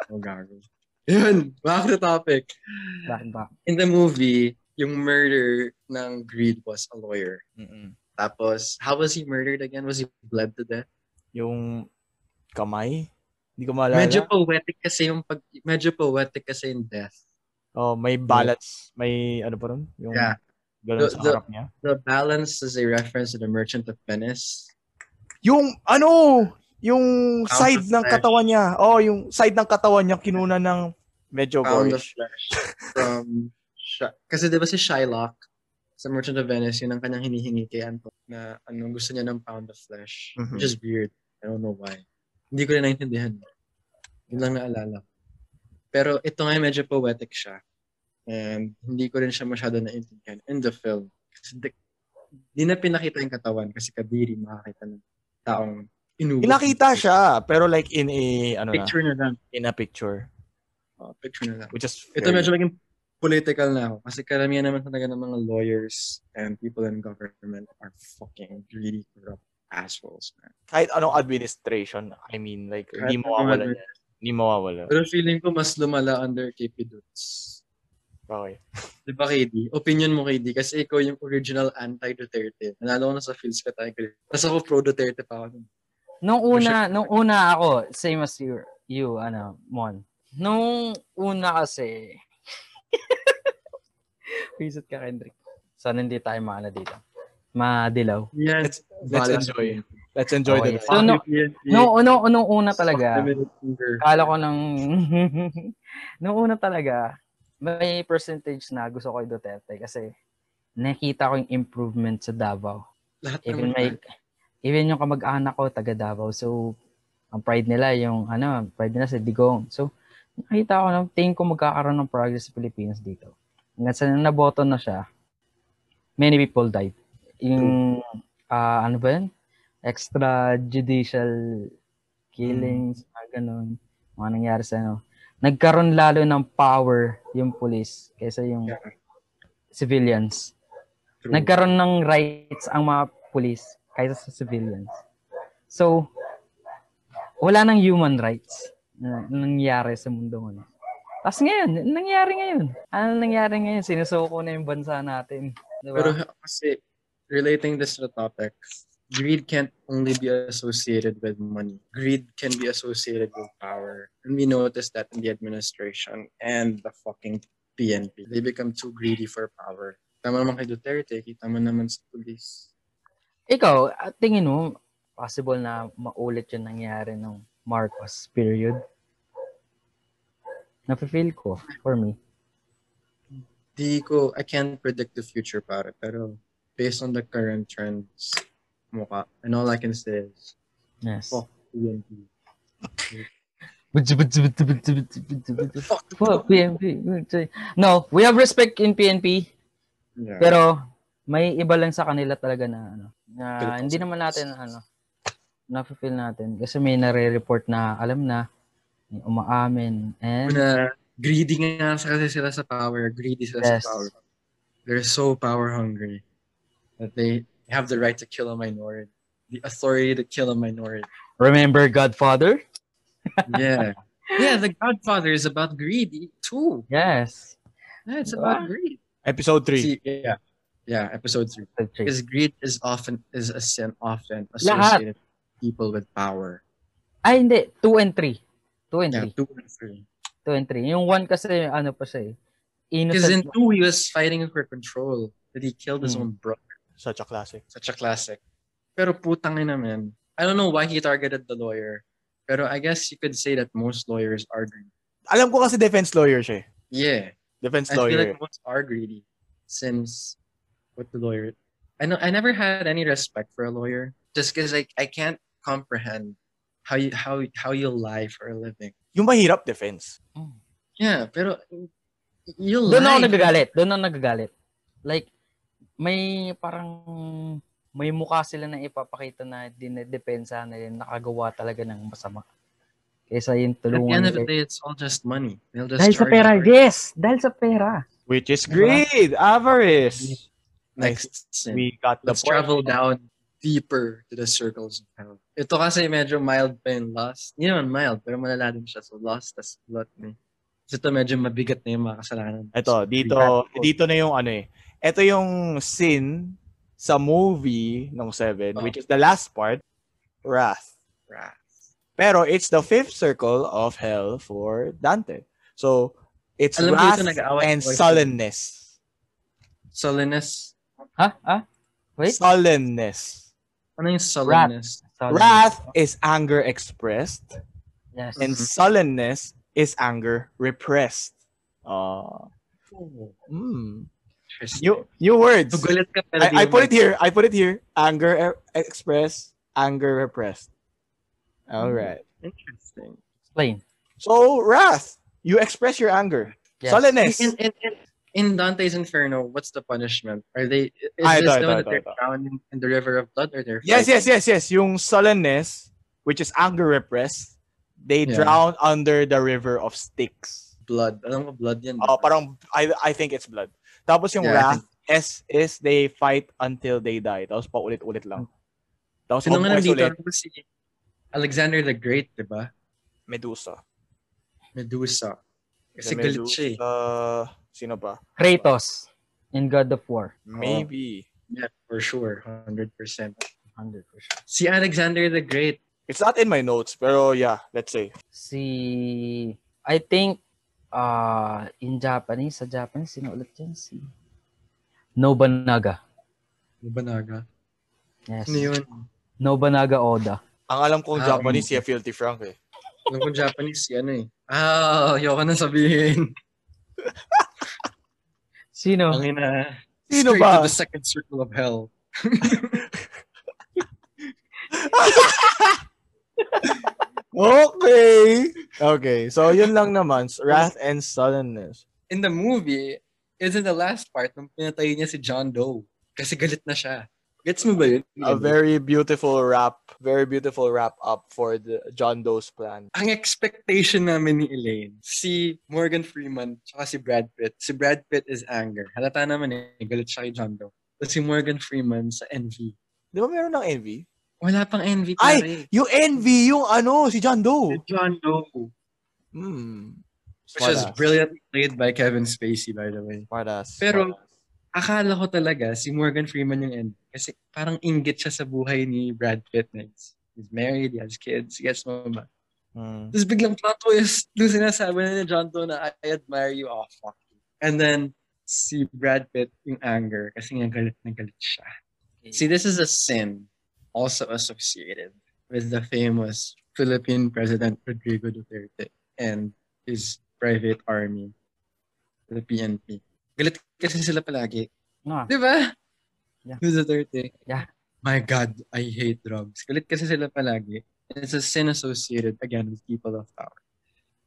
Speaker 2: Oh, gago. Yun, back to topic.
Speaker 3: Bakit ba?
Speaker 2: In the movie, yung murder ng Greed was a lawyer. Tapos, how was he murdered again? Was he bled to death?
Speaker 1: Yung kamay? Hindi ko maalala.
Speaker 2: Medyo poetic kasi yung pag... Medyo poetic kasi yung death.
Speaker 1: Oh, may balance. May ano pa rin? Yung
Speaker 2: Yeah.
Speaker 1: ganun
Speaker 2: The-
Speaker 1: sa
Speaker 2: the-
Speaker 1: harap niya.
Speaker 2: The balance is a reference to the Merchant of Venice.
Speaker 1: Yung ano, yung side ng
Speaker 2: flesh.
Speaker 1: katawan niya. Oh, yung side ng katawan niya kinuna ng medyo
Speaker 2: Pound
Speaker 1: gory.
Speaker 2: of flesh from... Sh- kasi di ba si Shylock sa Merchant of Venice, yun ang kanyang hinihingi kay Anton na ano, gusto niya ng pound of flesh.
Speaker 1: Mhm.
Speaker 2: Which is weird. I don't know why. Hindi ko rin naintindihan. Yun lang naalala. ko. Pero ito nga medyo poetic siya. And hindi ko rin siya masyado naintindihan in the film. Kasi di, di na pinakita yung katawan kasi kadiri makakita ng taong inuwi.
Speaker 1: Pinakita siya, pero like in a ano na,
Speaker 2: Picture na lang.
Speaker 1: in a picture.
Speaker 2: Oh, picture na lang.
Speaker 1: Which is
Speaker 2: Ito
Speaker 1: very-
Speaker 2: medyo naging political na ako kasi karamihan naman talaga ng mga lawyers and people in government are fucking greedy, corrupt assholes, man.
Speaker 1: kahit anong administration, I mean like hindi
Speaker 2: Kahit
Speaker 1: mawawala
Speaker 2: ano-
Speaker 1: niya. Hindi mawawala.
Speaker 2: Pero feeling ko mas lumala under KP Dutz.
Speaker 1: Okay.
Speaker 2: Di ba, KD? Opinion mo, KD? Kasi ikaw yung original anti-Duterte. Nanalo ko na sa Phil's category. Tapos ako pro-Duterte pa ako. nun.
Speaker 3: Nung
Speaker 2: For
Speaker 3: una, nung una ako, same as you, you ano, Mon. Nung una kasi, visit ka, Kendrick. Sana hindi tayo maano dito. Madilaw.
Speaker 2: Yan.
Speaker 1: Let's, let's
Speaker 2: Balance.
Speaker 1: enjoy. Let's enjoy
Speaker 3: Okay.
Speaker 1: the
Speaker 3: So, no- Nung, nung, nung una talaga, Akala ko nang nung una talaga may percentage na gusto ko kay Duterte kasi nakita ko yung improvement sa Davao.
Speaker 2: Lahat
Speaker 3: Even
Speaker 2: naman.
Speaker 3: may even yung kamag-anak ko taga Davao. So ang pride nila yung ano, pride nila sa Digong. So nakita ko na tingin ko magkakaroon ng progress sa Pilipinas dito. Hanggang sa naboto na siya, many people died. Yung ah, ano ba yun? Extrajudicial
Speaker 2: Mm.
Speaker 3: killings, mga ganun, mga nangyari sa ano. Nagkaroon lalo ng power yung police kaysa yung
Speaker 2: Yeah.
Speaker 3: civilians.
Speaker 2: True.
Speaker 3: Nagkaroon ng rights ang mga police kaysa sa civilians. So, wala nang human rights na nangyari sa mundo ngayon. Tapos ngayon, nangyari ngayon. Ano nangyari ngayon? Sinusuko na yung bansa natin. Diba?
Speaker 2: Pero kasi, relating this to the topic, greed can't only be associated with money. Greed can be associated with power. And we noticed that in the administration and the fucking PNP. They become too greedy for power. Tama naman kay Duterte, kita mo naman sa police.
Speaker 3: Ikaw, ah, tingin mo, possible na maulit yung nangyari ng Marcos period? Nafe-feel ko, for me.
Speaker 2: Di ko, I can't predict the future pare, pero based on the current trends, mukha. And all I can say is,
Speaker 3: Yes.
Speaker 2: Fuck. PNP. Fuck the
Speaker 3: Fuck PNP. No, we have respect in PNP.
Speaker 2: Yeah.
Speaker 3: Pero may iba lang sa kanila talaga na ano, na
Speaker 2: Pero-
Speaker 3: hindi naman natin ano na-feel natin kasi may nare-report na alam na may umaamin and
Speaker 2: na uh, greedy nga sa- kasi sila sa power. Greedy sila
Speaker 3: Yes.
Speaker 2: sa power. They're so power hungry that they have the right to kill a minority. The authority to kill a minority.
Speaker 3: remember Godfather?
Speaker 2: Yeah. yeah, The Godfather is about greedy too.
Speaker 3: Yes.
Speaker 2: Yeah, it's
Speaker 3: Diba?
Speaker 2: about greed.
Speaker 1: Episode 3.
Speaker 2: See, yeah. Yeah, episode three. Because greed is often is a sin often associated with people with power.
Speaker 3: Ay hindi, 2 and 3. 2 and
Speaker 2: Yeah,
Speaker 3: 3.
Speaker 2: two and three.
Speaker 3: 2 and 3. Yung 1 kasi ano pa siya eh.
Speaker 2: Because
Speaker 3: innocent.
Speaker 2: in two, he was fighting for control. That he killed his
Speaker 1: Hmm.
Speaker 2: own brother.
Speaker 1: Such a classic.
Speaker 2: Such a classic. Pero putang ina man. I don't know why he targeted the lawyer. Pero I guess you could say that most lawyers are greedy.
Speaker 1: Alam ko kasi defense lawyer siya. eh.
Speaker 2: Yeah.
Speaker 1: Defense
Speaker 2: I feel
Speaker 1: lawyer.
Speaker 2: like most are greedy since what the lawyer. I know I never had any respect for a lawyer just because like I can't comprehend how you how how you lie for a living.
Speaker 1: Yung mahirap defense.
Speaker 2: Yeah, pero you
Speaker 3: Doon ako
Speaker 2: lie.
Speaker 3: nagagalit. Doon ako nagagalit. Like, may parang may mukha sila na ipapakita na dinedepensa na yun, nakagawa talaga ng masama. Kaysa yung
Speaker 2: At the
Speaker 3: tulungan
Speaker 2: end of the
Speaker 3: nila.
Speaker 2: day, it's all just money. They'll just
Speaker 3: Dahil sa
Speaker 2: charge you
Speaker 3: pera.
Speaker 2: for it.
Speaker 3: Yes! Dahil sa pera.
Speaker 1: Which is greed. Avarice.
Speaker 2: Next sin.
Speaker 1: We got the
Speaker 2: Let's travel down deeper to the circles of hell. Ito kasi medyo mild pa yung lust. Hindi naman mild, pero malala din siya. So lust, tas gluttony. Kasi ito medyo mabigat na yung mga kasalanan.
Speaker 1: Ito, dito,
Speaker 2: Exactly.
Speaker 1: dito na yung ano eh. Ito yung scene sa movie ng Seven,
Speaker 2: Oh.
Speaker 1: which is the last part, Wrath.
Speaker 2: Wrath.
Speaker 1: Pero it's the fifth circle of hell for Dante. So, it's
Speaker 2: Alam ko
Speaker 1: wrath
Speaker 2: ito, nag-aaway
Speaker 1: and
Speaker 2: ko kayo.
Speaker 1: sullenness.
Speaker 2: Sullenness.
Speaker 3: Ha? Ha? Wait.
Speaker 1: Sullenness.
Speaker 2: Ano yung sullenness?
Speaker 3: Solid.
Speaker 1: Wrath is anger expressed,
Speaker 3: Yes.
Speaker 1: and
Speaker 2: Mhm.
Speaker 1: sullenness is anger repressed. Uh, mm.
Speaker 2: Interesting.
Speaker 1: New, new words.
Speaker 2: Nagulat ka pero di
Speaker 1: I, I
Speaker 2: mo
Speaker 1: put it
Speaker 2: mag-
Speaker 1: here. I put it here. Anger e- expressed, anger repressed. All
Speaker 2: Mm.
Speaker 1: right.
Speaker 2: Interesting.
Speaker 3: Explain.
Speaker 1: So, wrath, you express your anger.
Speaker 3: Yes.
Speaker 1: Sullenness.
Speaker 2: In, in, in, in Dante's Inferno, what's the punishment? Are they, is
Speaker 1: Ah, ito,
Speaker 2: this the
Speaker 1: ito,
Speaker 2: one that
Speaker 1: ito,
Speaker 2: they're
Speaker 1: ito.
Speaker 2: drowned in, in the river of blood or they're
Speaker 1: Yes, yes,
Speaker 2: fighting?
Speaker 1: yes, yes. Yung sullenness, which is anger repressed, they
Speaker 2: Yeah.
Speaker 1: drown under the river of sticks.
Speaker 2: Blood. Alam ko, blood yan.
Speaker 1: Oh, parang I I think it's blood. Tapos yung
Speaker 2: Yeah, I
Speaker 1: wrath S is they fight until they die. Tapos paulit-ulit lang.
Speaker 2: Hmm.
Speaker 1: Tapos
Speaker 2: Sino nga
Speaker 1: paulit
Speaker 2: nandito?
Speaker 1: ulit
Speaker 2: Ano ba si Alexander the Great, di ba?
Speaker 1: Medusa.
Speaker 2: Medusa. Kasi
Speaker 1: The
Speaker 2: galit siya eh.
Speaker 1: Medusa- sino pa?
Speaker 2: Oh.
Speaker 3: Kratos in God of War.
Speaker 1: Maybe.
Speaker 2: Yeah, for sure. 100%.
Speaker 3: 100%.
Speaker 2: Si Alexander the Great.
Speaker 1: It's not in my notes, pero yeah, let's say.
Speaker 3: Si... I think uh, in Japanese, sa Japanese, sino ulit yan? Si Nobunaga.
Speaker 2: Banaga.
Speaker 3: Yes.
Speaker 2: Ano yun?
Speaker 3: Nobunaga Oda.
Speaker 1: Ang alam kong
Speaker 2: Ah,
Speaker 1: Japanese,
Speaker 2: okay.
Speaker 1: siya Filthy Frank eh.
Speaker 2: Alam ko Japanese, si ano eh. Ah, ayoko na sabihin.
Speaker 3: Sino?
Speaker 2: Ang ina.
Speaker 1: Sino
Speaker 2: Straight
Speaker 1: ba?
Speaker 2: to the second circle of hell.
Speaker 1: Okay. Okay. So, yun lang naman. Wrath and sullenness.
Speaker 2: In the movie, is in the last part nung pinatay niya si John Doe. Kasi galit na siya. Gets mo ba yun?
Speaker 1: A Ah, very beautiful wrap. Very beautiful wrap up for the John Doe's plan.
Speaker 2: ang expectation namin ni Elaine, si Morgan Freeman, tsaka si Brad Pitt. Si Brad Pitt is anger. Halata naman eh, galit siya kay John Doe. Tapos si Morgan Freeman sa envy.
Speaker 1: Di ba meron ng envy?
Speaker 2: Wala pang
Speaker 1: Ay!
Speaker 2: envy pare.
Speaker 1: Yung envy, yung ano, si John
Speaker 2: Si
Speaker 1: Doe.
Speaker 2: John Doe.
Speaker 1: Hmm.
Speaker 2: Which is brilliantly played by Kevin Spacey, by the way.
Speaker 1: Smartass.
Speaker 2: Pero-
Speaker 1: smartass.
Speaker 2: Akala ko talaga si Morgan Freeman yung envy. Kasi parang inggit siya sa buhay ni Brad Pitt. na He's, he's married, he has kids, gets mo ba?
Speaker 1: Hmm.
Speaker 2: Tapos biglang plot twist, doon sinasabi na ni John Doe na I admire you, oh fuck you. And then, si Brad Pitt, yung anger, kasi nga galit na galit siya. See, this is a sin also associated with the famous Philippine President Rodrigo Duterte and his private army, the PNP. Galit kasi sila palagi.
Speaker 3: No.
Speaker 2: Di ba?
Speaker 3: Yeah.
Speaker 2: Who's the third thing?
Speaker 3: Yeah.
Speaker 2: My God, I hate drugs. Galit kasi sila palagi. And It's a sin associated, again, with people of power.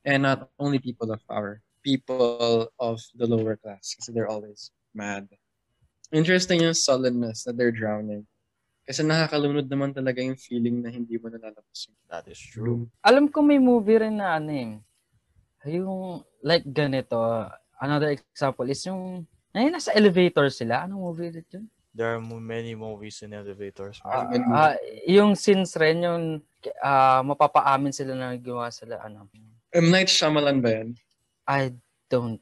Speaker 2: And not only people of power, people of the lower class. Kasi they're always mad. Interesting yung sullenness that they're drowning. Kasi nakakalunod naman talaga yung feeling na hindi mo nalalabas yung
Speaker 1: That is true.
Speaker 2: room.
Speaker 3: Alam ko may movie rin na ano eh. Yung like ganito. ah, Another example is yung ay, nasa elevator sila. Anong movie ulit yun?
Speaker 1: There are mo- many movies in elevators.
Speaker 3: Ah,
Speaker 2: Hmm.
Speaker 1: man.
Speaker 3: ah, yung scenes rin, yung ah, mapapaamin sila na nagawa sila. Ano.
Speaker 2: M. Night Shyamalan ba yan?
Speaker 3: I don't...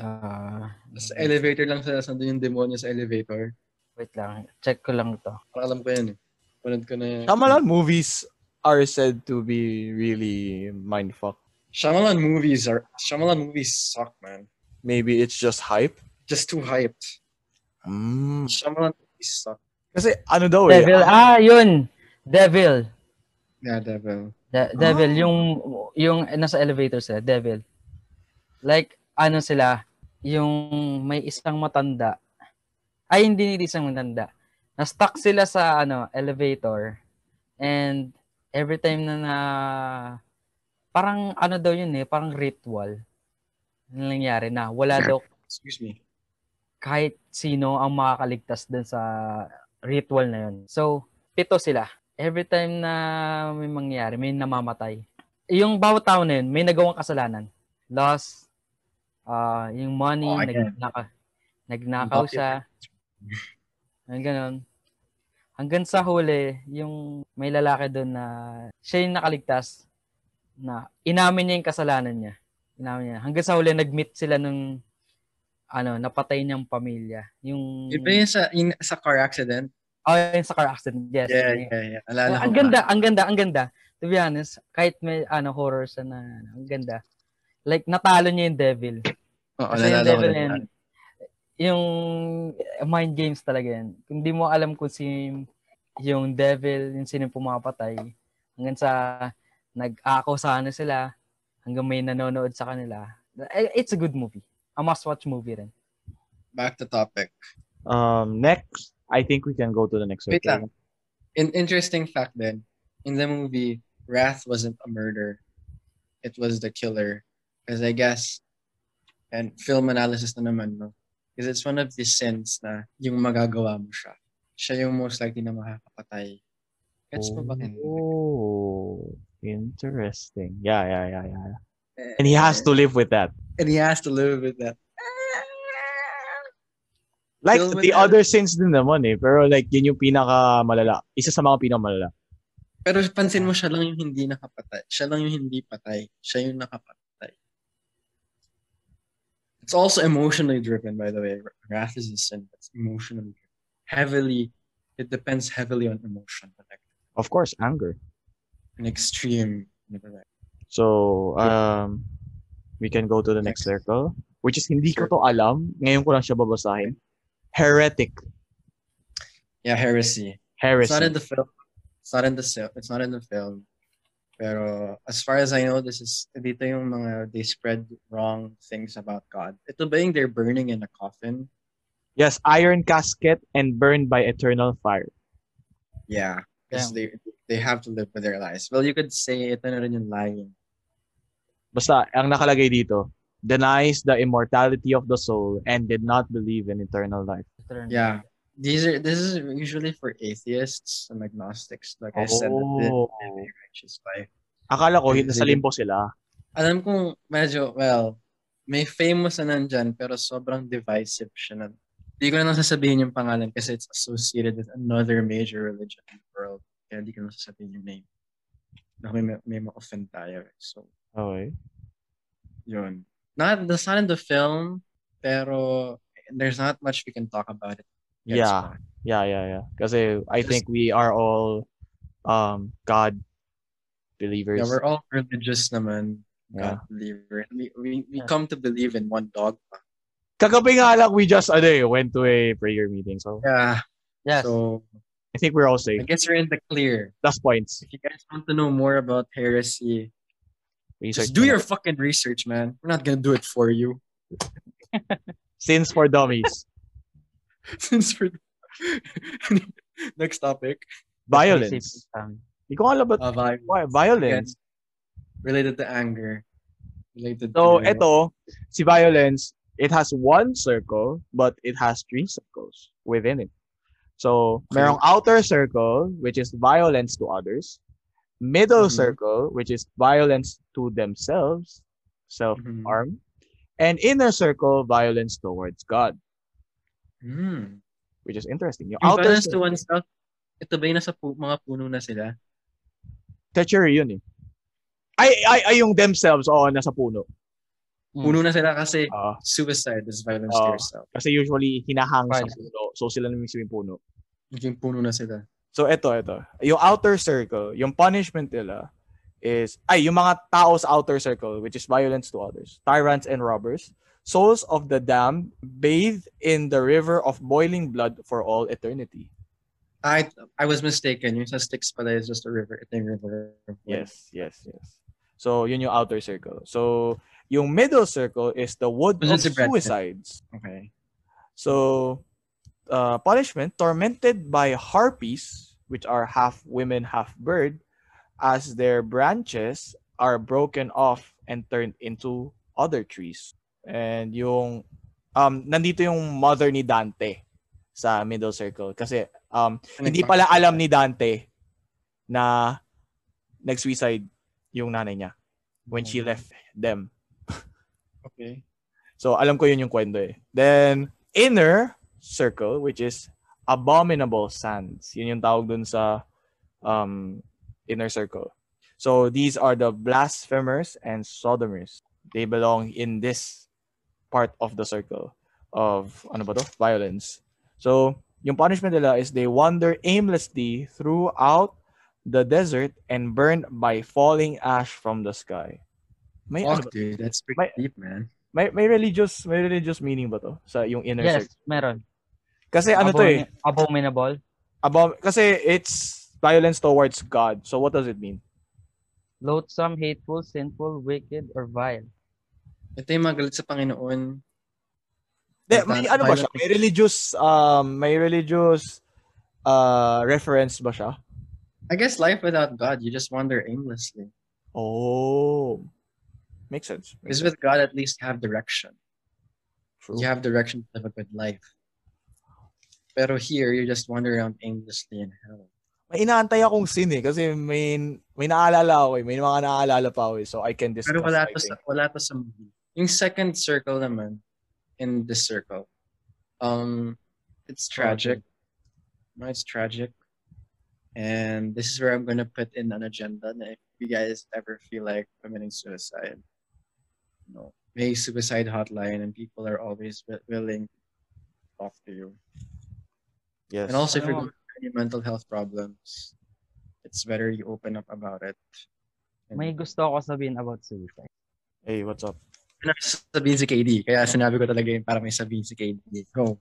Speaker 3: ah,
Speaker 2: Sa elevator lang sila, sandun yung demonyo sa elevator.
Speaker 3: wait lang. Check ko lang to.
Speaker 2: Parang alam ko yan eh. Punod ko na yan.
Speaker 1: Shyamalan movies are said to be really mindfuck.
Speaker 2: Shyamalan movies are Shyamalan movies suck, man.
Speaker 1: Maybe it's just hype.
Speaker 2: Just too hyped.
Speaker 1: Mm.
Speaker 2: Shyamalan movies suck.
Speaker 1: Kasi ano daw eh.
Speaker 3: Devil.
Speaker 1: ano-
Speaker 3: Ah, yun. Devil.
Speaker 2: Yeah, devil.
Speaker 3: De- devil.
Speaker 1: Ah.
Speaker 3: Yung, yung nasa elevator sila. Devil. Like, ano sila, yung may isang matanda. Ay, hindi nila isang matanda. Na-stuck sila sa ano elevator. And every time na na parang ano daw yun eh, parang ritual. Ang nangyari na wala daw
Speaker 2: Excuse me.
Speaker 3: kahit sino ang makakaligtas dun sa ritual na yun. So, pito sila. Every time na may mangyari, may namamatay. Yung bawat tao na yun, may nagawang kasalanan. Loss, ah yung money,
Speaker 2: Oh, again.
Speaker 3: nagnaka, nagnakaw
Speaker 2: Bakit?
Speaker 3: siya. Ang ganun. Hanggang sa huli, yung may lalaki doon na siya yung nakaligtas na inamin niya yung kasalanan niya. Inamin niya. Hanggang sa huli, nag-meet sila nung ano, napatay niyang pamilya. Yung,
Speaker 2: Iba yun sa, in, sa car accident.
Speaker 3: oh, yung sa car accident. Yes.
Speaker 2: Yeah,
Speaker 3: yun.
Speaker 2: yeah, yeah. Alala ko
Speaker 3: ang
Speaker 2: pa.
Speaker 3: ganda, ang ganda, ang ganda. To be honest, kahit may ano, horror sa na, ano, ang ganda. Like, natalo niya yung devil.
Speaker 2: Oo,
Speaker 3: Kasi yung
Speaker 2: Oh, alala ko
Speaker 3: devil
Speaker 2: na.
Speaker 3: and yung mind games talaga yan. Kung di mo alam kung sino yung- yung devil, yung sino yung pumapatay, hanggang sa nag-ako sa ano sila, hanggang may nanonood sa kanila. Eh, It's a good movie. A must-watch movie rin.
Speaker 2: Back to topic.
Speaker 1: Um, next, I think we can go to the next
Speaker 2: Wait
Speaker 1: one.
Speaker 2: An interesting fact then, in the movie, Wrath wasn't a murder. It was the killer. Because I guess, and film analysis na naman, no? Because it's one of the sins na yung magagawa mo siya. Siya yung most likely na makakapatay. Gets mo ba?
Speaker 1: Oh, interesting. Yeah, yeah, yeah, yeah. yeah. And he has to
Speaker 2: Eh.
Speaker 1: live with that.
Speaker 2: And he has to live with that.
Speaker 1: Like
Speaker 2: Deal with
Speaker 1: the
Speaker 2: that.
Speaker 1: other sins din naman eh, pero like yun yung pinaka malala. Isa sa mga pinaka malala.
Speaker 2: Pero pansin mo, siya lang yung hindi nakapatay. Siya lang yung hindi patay. Siya yung nakapatay. It's also emotionally driven, by the way. Wrath is a sin, but it's emotionally driven. Heavily, it depends heavily on emotion. Like
Speaker 1: Of course, anger.
Speaker 2: an extreme. like,
Speaker 1: So, um we can go to the next circle, which is hindi ko to alam. Ngayon ko lang siya babasahin. Heretic.
Speaker 2: Yeah, heresy. It's not
Speaker 1: Heresy.
Speaker 2: in the film. It's not in the film. It's not in the film. Pero as far as I know, this is dito yung mga they spread wrong things about God. Ito ba yung they're burning in a coffin?
Speaker 1: Yes, iron casket and burned by eternal fire.
Speaker 2: Yeah, because they they have to live with their lies. Well, you could say ito na rin yung lying.
Speaker 1: Basta, ang nakalagay dito, denies the immortality of the soul and did not believe in eternal life.
Speaker 2: Yeah, these are this is usually for atheists and agnostics. Like I said, that they
Speaker 1: Oh.
Speaker 2: live a righteous life.
Speaker 1: Akala ko,
Speaker 2: Hindi.
Speaker 1: nasa limbo sila.
Speaker 2: Alam kong medyo well, may famous na nandyan, pero sobrang divisive siya na. Hindi ko na lang sasabihin yung pangalan kasi it's associated with another major religion in the world. Kaya hindi ko na sasabihin yung name. Na may, may ma-offend tayo. So,
Speaker 1: Okay.
Speaker 2: yun. Not that's not in the film, pero there's not much we can talk about it. Gets
Speaker 1: Yeah.
Speaker 2: mo.
Speaker 1: Yeah, yeah, yeah. Kasi I
Speaker 2: Just-
Speaker 1: think we are all um God believers.
Speaker 2: Yeah, we're all religious naman.
Speaker 1: Yeah.
Speaker 2: God believer. We, we, we
Speaker 3: Yeah.
Speaker 2: come to believe in one dog.
Speaker 1: Kagabi nga lang, we just ano, eh, went to a prayer meeting. So
Speaker 2: Yeah.
Speaker 3: Yes.
Speaker 2: So
Speaker 1: I think we're all
Speaker 2: I
Speaker 1: safe.
Speaker 2: guess we're in the clear.
Speaker 1: Last points.
Speaker 2: If you guys want to know more about heresy,
Speaker 1: Research
Speaker 2: just do
Speaker 1: na
Speaker 2: your
Speaker 1: lang.
Speaker 2: fucking research, man. We're not gonna do it for you.
Speaker 1: sins for dummies.
Speaker 2: Since we're next topic.
Speaker 1: violence. Hindi ko alam ba't
Speaker 2: Uh, vi-
Speaker 1: why violence.
Speaker 2: related to anger. Related
Speaker 1: So
Speaker 2: to
Speaker 1: ito, si violence, it has one circle but it has three circles within it. So, merong outer circle which is violence to others, middle
Speaker 2: Mhm.
Speaker 1: circle which is violence to themselves, self
Speaker 2: Mhm.
Speaker 1: harm, and inner circle violence towards God,
Speaker 2: Hmm.
Speaker 1: which is interesting. Yung
Speaker 2: Yung
Speaker 1: outer
Speaker 2: balance to
Speaker 1: circle,
Speaker 2: oneself, ito ba yung nasa pu- mga puno na sila?
Speaker 1: treachery yun eh. Ay, ay, ay yung themselves, oo, nasa puno.
Speaker 3: Mm.
Speaker 2: Puno na sila kasi
Speaker 1: Ah,
Speaker 2: suicide is violence
Speaker 1: Hmm. Oh.
Speaker 2: to yourself.
Speaker 1: kasi usually hinahang sa
Speaker 3: Right.
Speaker 1: puno. So sila na mismo yung puno.
Speaker 2: Yung puno na sila.
Speaker 1: So ito, ito. Yung outer circle, yung punishment nila is, ay, yung mga tao sa outer circle, which is violence to others, tyrants and robbers, souls of the damned bathed in the river of boiling blood for all eternity.
Speaker 2: I I was mistaken. Yung sa Styx pala is just a river. Ito yung river. of life.
Speaker 1: Yes, yes, yes. So, yun yung outer circle. So, yung middle circle is the wood of
Speaker 2: Doon si Brad Pitt.
Speaker 1: suicides.
Speaker 2: Okay.
Speaker 1: So, uh, punishment tormented by harpies, which are half women, half bird, as their branches are broken off and turned into other trees. And yung, um, nandito yung mother ni Dante sa middle circle. Kasi, um, hindi pala alam ni Dante na nag-suicide yung nanay niya when she left them.
Speaker 2: Okay.
Speaker 1: So, alam ko yun yung kwento eh. Then, inner circle, which is abominable sands. Yun yung tawag dun sa um, inner circle. So, these are the blasphemers and sodomers. They belong in this part of the circle of, ano ba to? Violence. So, yung punishment nila is they wander aimlessly throughout the desert and burned by falling ash from the sky. May, ano
Speaker 2: Fuck,
Speaker 1: ba-
Speaker 2: dude. That's pretty
Speaker 1: May-
Speaker 2: deep, man.
Speaker 1: may may religious may religious meaning ba to sa yung inner
Speaker 3: Yes,
Speaker 1: circle?
Speaker 3: meron.
Speaker 1: Kasi ano to eh,
Speaker 3: Abomin- Abominable.
Speaker 1: abom- kasi it's violence towards God. So what does it mean?
Speaker 3: Loathsome, hateful, sinful, wicked, or vile.
Speaker 2: Ito yung magalit sa Panginoon.
Speaker 1: De, may ano ba siya? May religious um may religious uh reference ba siya?
Speaker 2: I guess life without God, you just wander aimlessly.
Speaker 1: Oh. Makes sense. Makes
Speaker 2: Because with God, at least you have direction.
Speaker 1: True.
Speaker 2: You have direction to live a good life. Pero here, you just wander around aimlessly in hell.
Speaker 1: May inaantay akong sin eh kasi may may naalala ako eh, may mga naalala pa ako eh, so I can discuss.
Speaker 2: Pero wala
Speaker 1: I
Speaker 2: to sa,
Speaker 1: think.
Speaker 2: wala to sa movie. Yung second circle naman, in this circle, um, it's tragic. No, it's tragic. And this is where I'm gonna put in an agenda na if you guys ever feel like committing suicide, you know, may suicide hotline and people are always wi- willing to talk to you.
Speaker 1: Yes.
Speaker 2: And also, if you're
Speaker 3: Ano?
Speaker 2: going through any mental health problems, it's better you open up about it. And-
Speaker 3: May gusto ako sabihin about suicide.
Speaker 1: hey, what's up?
Speaker 2: Ano yung sasabihin si KD? Kaya sinabi ko talaga yung parang may sabihin si KD. Go.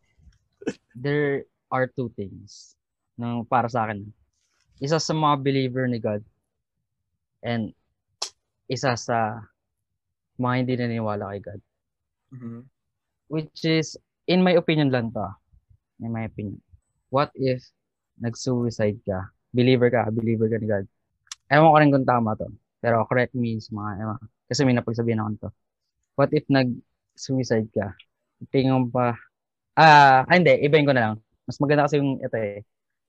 Speaker 3: There are two things ng para sa akin. Isa sa mga believer ni God and isa sa mga hindi naniniwala kay God.
Speaker 2: Mm-hmm.
Speaker 3: which is in my opinion lang to ah. in my opinion what if nag-suicide ka believer ka believer ka ni God ewan ko rin kung tama to pero correct me sa mga ewan, kasi may napagsabihan ako to what if nag-suicide ka tingin mo pa ah ah, hindi ibahin ko na lang mas maganda kasi yung ito eh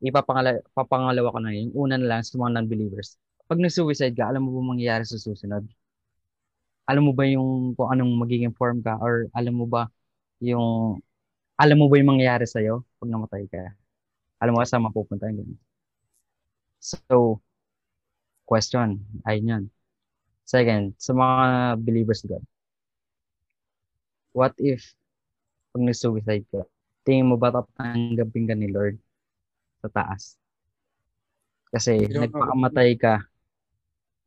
Speaker 3: ipapangala, papangalawa ko na yun. yung una na lang sa mga non-believers pag nag-suicide ka alam mo ba mangyayari sa susunod alam mo ba yung kung anong magiging form ka or alam mo ba yung alam mo ba yung mangyayari sa'yo pag namatay ka? Alam mo ba saan mapupunta yung ganun? So, question. Ayun yun. Second, sa mga believers ni God. What if pag nag-suicide ka, tingin mo ba tatanggapin ka ni Lord sa taas? Kasi
Speaker 2: You don't know.
Speaker 3: nagpakamatay ka,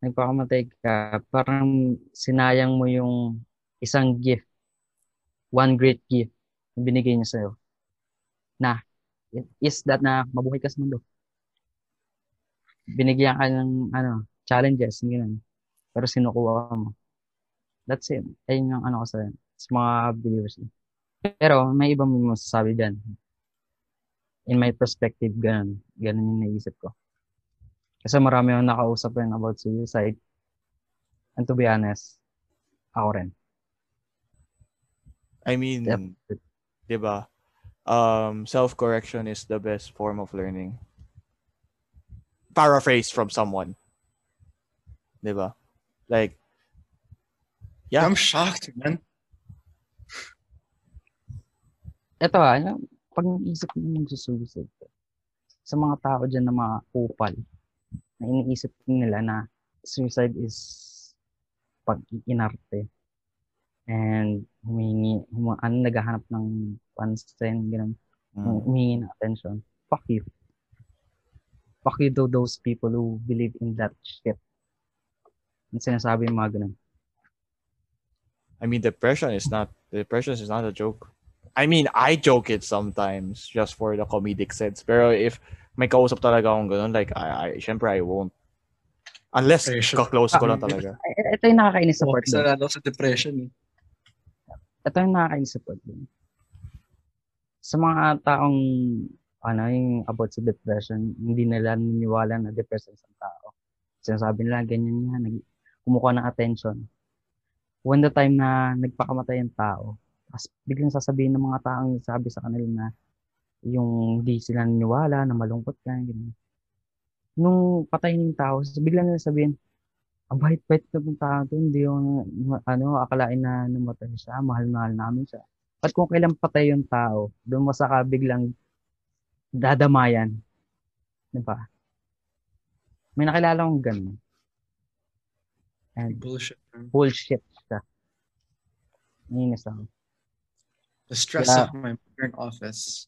Speaker 3: nagpakamatay ka, parang sinayang mo yung isang gift one great gift na binigay niya sa'yo na it is that na mabuhay ka sa mundo. Binigyan ka ng ano, challenges, ng ganun. Pero sinukuha mo. That's it. Ayun yung ano ko sa, sa mga believers. Pero may iba mo masasabi dyan. In my perspective, ganun. Ganun yung naisip ko. Kasi marami akong nakausap rin about suicide. And to be honest, ako rin.
Speaker 1: I mean,
Speaker 3: Yep.
Speaker 1: 'di ba? Um, self-correction is the best form of learning. Paraphrase from someone. 'Di ba? Like Yeah.
Speaker 2: I'm shocked, man.
Speaker 3: eto ah, yung pag naisip mo magsusuicide ka, sa mga tao dyan na mga kupal, na iniisip nila na suicide is pag-iinarte. And humingi, hum, ano, naghahanap ng pansin, ganun,
Speaker 1: mm,
Speaker 3: humingi ng attention. Fuck you. Fuck you to those people who believe in that shit. Ang sinasabi yung mga ganun.
Speaker 1: I mean, depression is not Depression is not a joke. I mean, I joke it sometimes just for the comedic sense. Pero if may kausap talaga akong ganun, like, I, I, syempre, I won't. Unless,
Speaker 2: Ay, sure.
Speaker 1: kaklose ko lang talaga.
Speaker 3: Ay, Ito E, yung nakakainis sa part
Speaker 2: Focus na lang ako sa depression. eh.
Speaker 3: ito yung nakaka-support din. Sa mga taong ano, yung about sa depression, hindi nila niniwala na depression sa tao. Sinasabi nila, ganyan yan, nag, kumukuha ng attention. When the time na nagpakamatay ang tao, tapos biglang sasabihin ng mga taong sabi sa kanila na yung hindi sila naniwala, na malungkot ka, ganyan. Nung patay ng tao, biglang nila sabihin, ang bait-bait na pong tao to, hindi yung ma- ano, akalain na namatay siya, mahal-mahal namin siya. At kung kailan patay yung tao, doon mo saka biglang dadamayan. Di ba? May nakilala akong ganun. And
Speaker 2: Bullshit. man.
Speaker 3: bullshit siya. Nainis ako.
Speaker 2: The stress of
Speaker 3: Yeah.
Speaker 2: my current office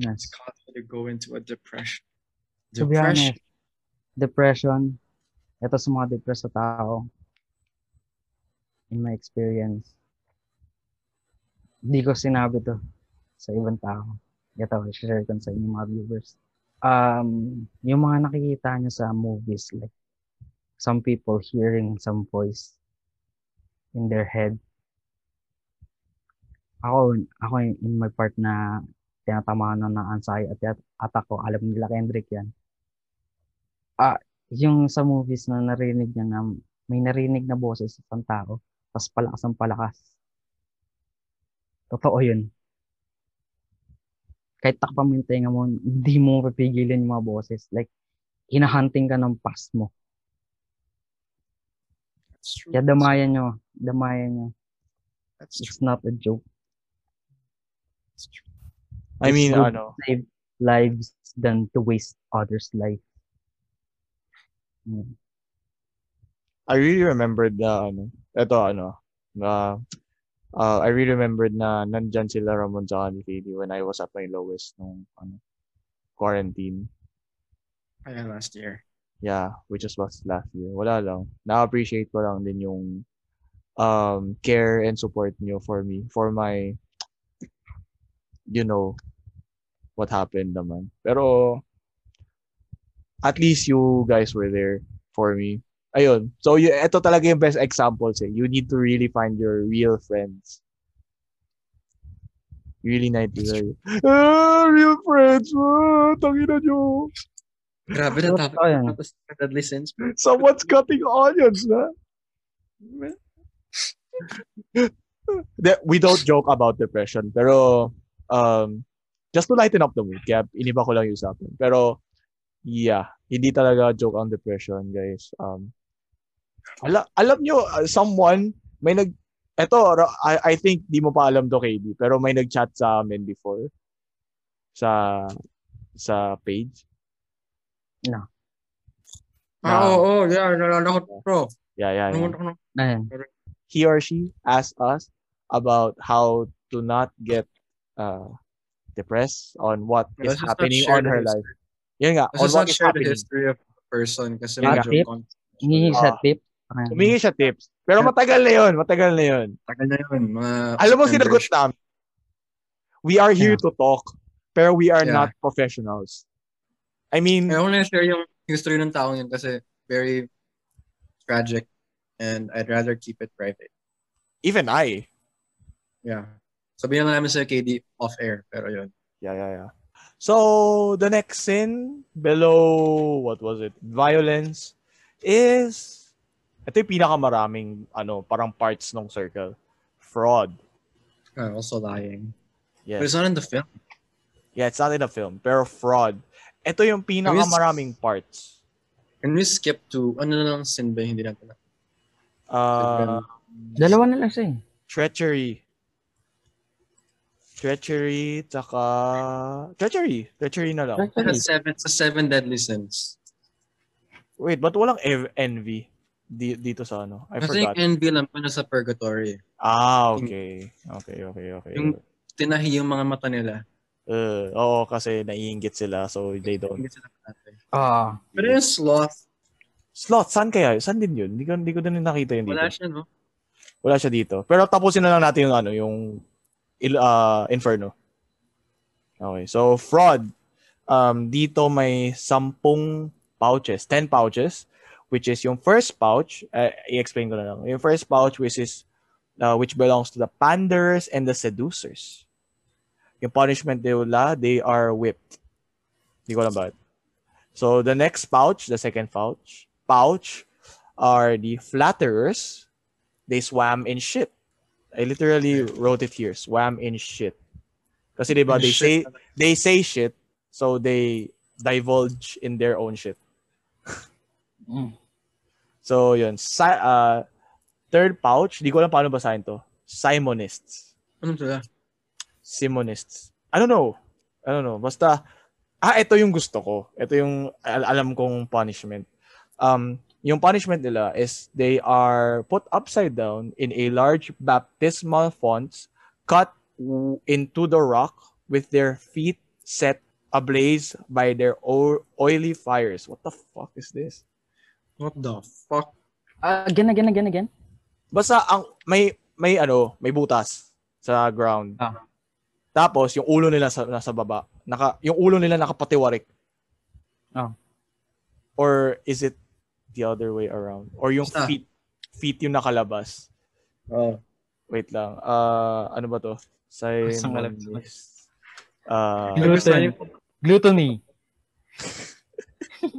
Speaker 3: Yes.
Speaker 2: has caused me to go into a depression.
Speaker 3: To be honest,
Speaker 2: Depression.
Speaker 3: depression, ito sa mga depressed na tao, in my experience, di ko sinabi to sa ibang tao. Ito, share ko sa inyo mga viewers. Um, yung mga nakikita nyo sa movies, like, some people hearing some voice in their head. Ako, ako in my part na tinatamaan na ng anxiety at attack ko, alam nila Kendrick yan yung sa movies na narinig niya na may narinig na boses sa isang tao, tapos palakas ang palakas. Totoo yun. Kahit takpan mo yung tenga mo, hindi mo papigilan yung mga boses. Like, hinahunting ka ng past mo.
Speaker 2: That's true.
Speaker 3: Kaya damayan nyo. Damayan nyo.
Speaker 2: That's true.
Speaker 3: It's not a joke.
Speaker 2: That's true.
Speaker 1: I mean,
Speaker 3: It's-
Speaker 1: ano,
Speaker 3: Save lives than to waste others' life. Mm.
Speaker 1: I really remembered na, ano, eto, ano, na, uh, I really remembered na nandyan sila Ramon sa ni Katie when I was at my lowest nung, ano, quarantine.
Speaker 2: I had last year.
Speaker 1: Yeah, which is was last year. Wala lang. Na-appreciate ko lang din yung um, care and support niyo for me, for my, you know, what happened naman. Pero, at least you guys were there for me. Ayun. So, y- ito talaga yung best examples eh. You need to really find your real friends. You really need to Ah, real friends! Ah, tangina nyo!
Speaker 2: Grabe na topic.
Speaker 3: Totoo yan.
Speaker 2: Tapos deadly sins. bro.
Speaker 1: Someone's cutting onions, na. That we don't joke about depression, pero um just to lighten up the mood, kaya iniba ko lang yung sa akin. Pero yeah, hindi talaga joke on depression, guys. Um ala alam nyo, uh, someone may nag eto ra- I, I think di mo pa alam to KD, pero may nag-chat sa amin before sa sa page.
Speaker 2: Ah,
Speaker 1: Nah.
Speaker 2: oo, oh, yeah. Nalala ko, bro.
Speaker 1: Yeah, yeah. yeah.
Speaker 2: Nalala ko na.
Speaker 3: Ayan.
Speaker 1: he or she asked us about how to not get uh, depressed on what
Speaker 2: Yeah,
Speaker 1: is
Speaker 2: let's just not
Speaker 1: happening
Speaker 2: share
Speaker 1: on
Speaker 2: the
Speaker 1: her
Speaker 2: history.
Speaker 1: life. Yun nga,
Speaker 2: Let's
Speaker 1: on
Speaker 2: just not
Speaker 1: what is
Speaker 2: share the
Speaker 1: happening.
Speaker 2: history of the person kasi
Speaker 1: Yeah.
Speaker 2: medyo con-
Speaker 3: Hingi siya
Speaker 1: Ah.
Speaker 3: tip. Ayan.
Speaker 1: Humingi siya tips. Pero matagal na yun, matagal na yun.
Speaker 2: tagal na yun. Mga
Speaker 1: Alam mo,
Speaker 2: September.
Speaker 1: sinagot namin. We are here to talk, pero we are
Speaker 2: Yeah.
Speaker 1: not professionals. I mean,
Speaker 2: Ayoko na share yung history ng taong yun kasi very tragic and I'd rather keep it private.
Speaker 1: even I.
Speaker 2: Yeah. Sabihin na namin sa KD off-air, pero yun.
Speaker 1: Yeah, yeah, yeah. So the next sin below what was it? Violence is ito yung pinakamaraming ano, parang parts ng circle. Fraud.
Speaker 2: Uh, also lying. But
Speaker 1: Yes.
Speaker 2: it's not in the film.
Speaker 1: Yeah, it's not in the film, pero fraud. Ito yung pinakamaraming parts.
Speaker 2: Can we skip to ano na lang sin ba yung hindi natin na?
Speaker 1: Uh,
Speaker 3: Dalawa na lang siya eh.
Speaker 1: treachery. Treachery, tsaka... Treachery. Treachery na lang.
Speaker 2: Sa seven, sa seven deadly sins.
Speaker 1: Wait, ba't walang ev- envy di- dito sa ano? I
Speaker 2: I, think
Speaker 1: forgot.
Speaker 2: envy lang pa na sa purgatory.
Speaker 1: Ah, okay. Okay, okay, okay.
Speaker 2: Yung- Tinahi yung mga mata nila.
Speaker 1: Uh, oo, kasi naiinggit sila so they don't.
Speaker 2: Hindi sila patay.
Speaker 3: Ah.
Speaker 2: Pero yung sloth,
Speaker 1: Slot, saan kaya? Saan din yun? Hindi ko, hindi ko din nakita yun dito.
Speaker 2: wala siya, no?
Speaker 1: Wala siya dito. Pero tapusin na lang natin yung ano, yung il- ah, Inferno. Okay, so fraud. Um, dito may sampung pouches, 10 pouches, which is yung first pouch, eh, i-explain ko na lang. Yung first pouch which is uh, which belongs to the panders and the seducers. Yung punishment nila, they are whipped. Hindi ko alam bakit. So the next pouch, the second pouch, pouch are the flatterers. They swam in shit. I literally wrote it here, swam in shit. Kasi diba,
Speaker 2: Yung
Speaker 1: they
Speaker 2: shit
Speaker 1: say,
Speaker 2: na-
Speaker 1: they say shit, so they divulge in their own shit.
Speaker 3: Mm.
Speaker 1: So, yun. Sa, uh, third pouch, di ko alam paano basahin to. Simonists.
Speaker 2: Ano sila?
Speaker 1: Simonists. I don't know. I don't know. Basta, ah, ito yung gusto ko. Ito yung al- alam kong punishment. Um, yung punishment nila is they are put upside down in a large baptismal font cut w- into the rock with their feet set ablaze by their o- oily fires. What the fuck is this?
Speaker 2: What the fuck?
Speaker 3: Ah, again, again, again, again.
Speaker 1: Basta ang may may ano, may butas sa ground.
Speaker 3: Ah.
Speaker 1: Tapos yung ulo nila sa, nasa baba. Naka yung ulo nila nakapatiwarik.
Speaker 3: Ah.
Speaker 1: Or is it the other way around? Or yung
Speaker 2: Basta.
Speaker 1: feet feet yung nakalabas.
Speaker 2: Oh.
Speaker 1: Wait lang. Ah, ano ba to?
Speaker 3: Kasang alam ko.
Speaker 1: Simonist. Ah,
Speaker 3: Gluten. Gluttony.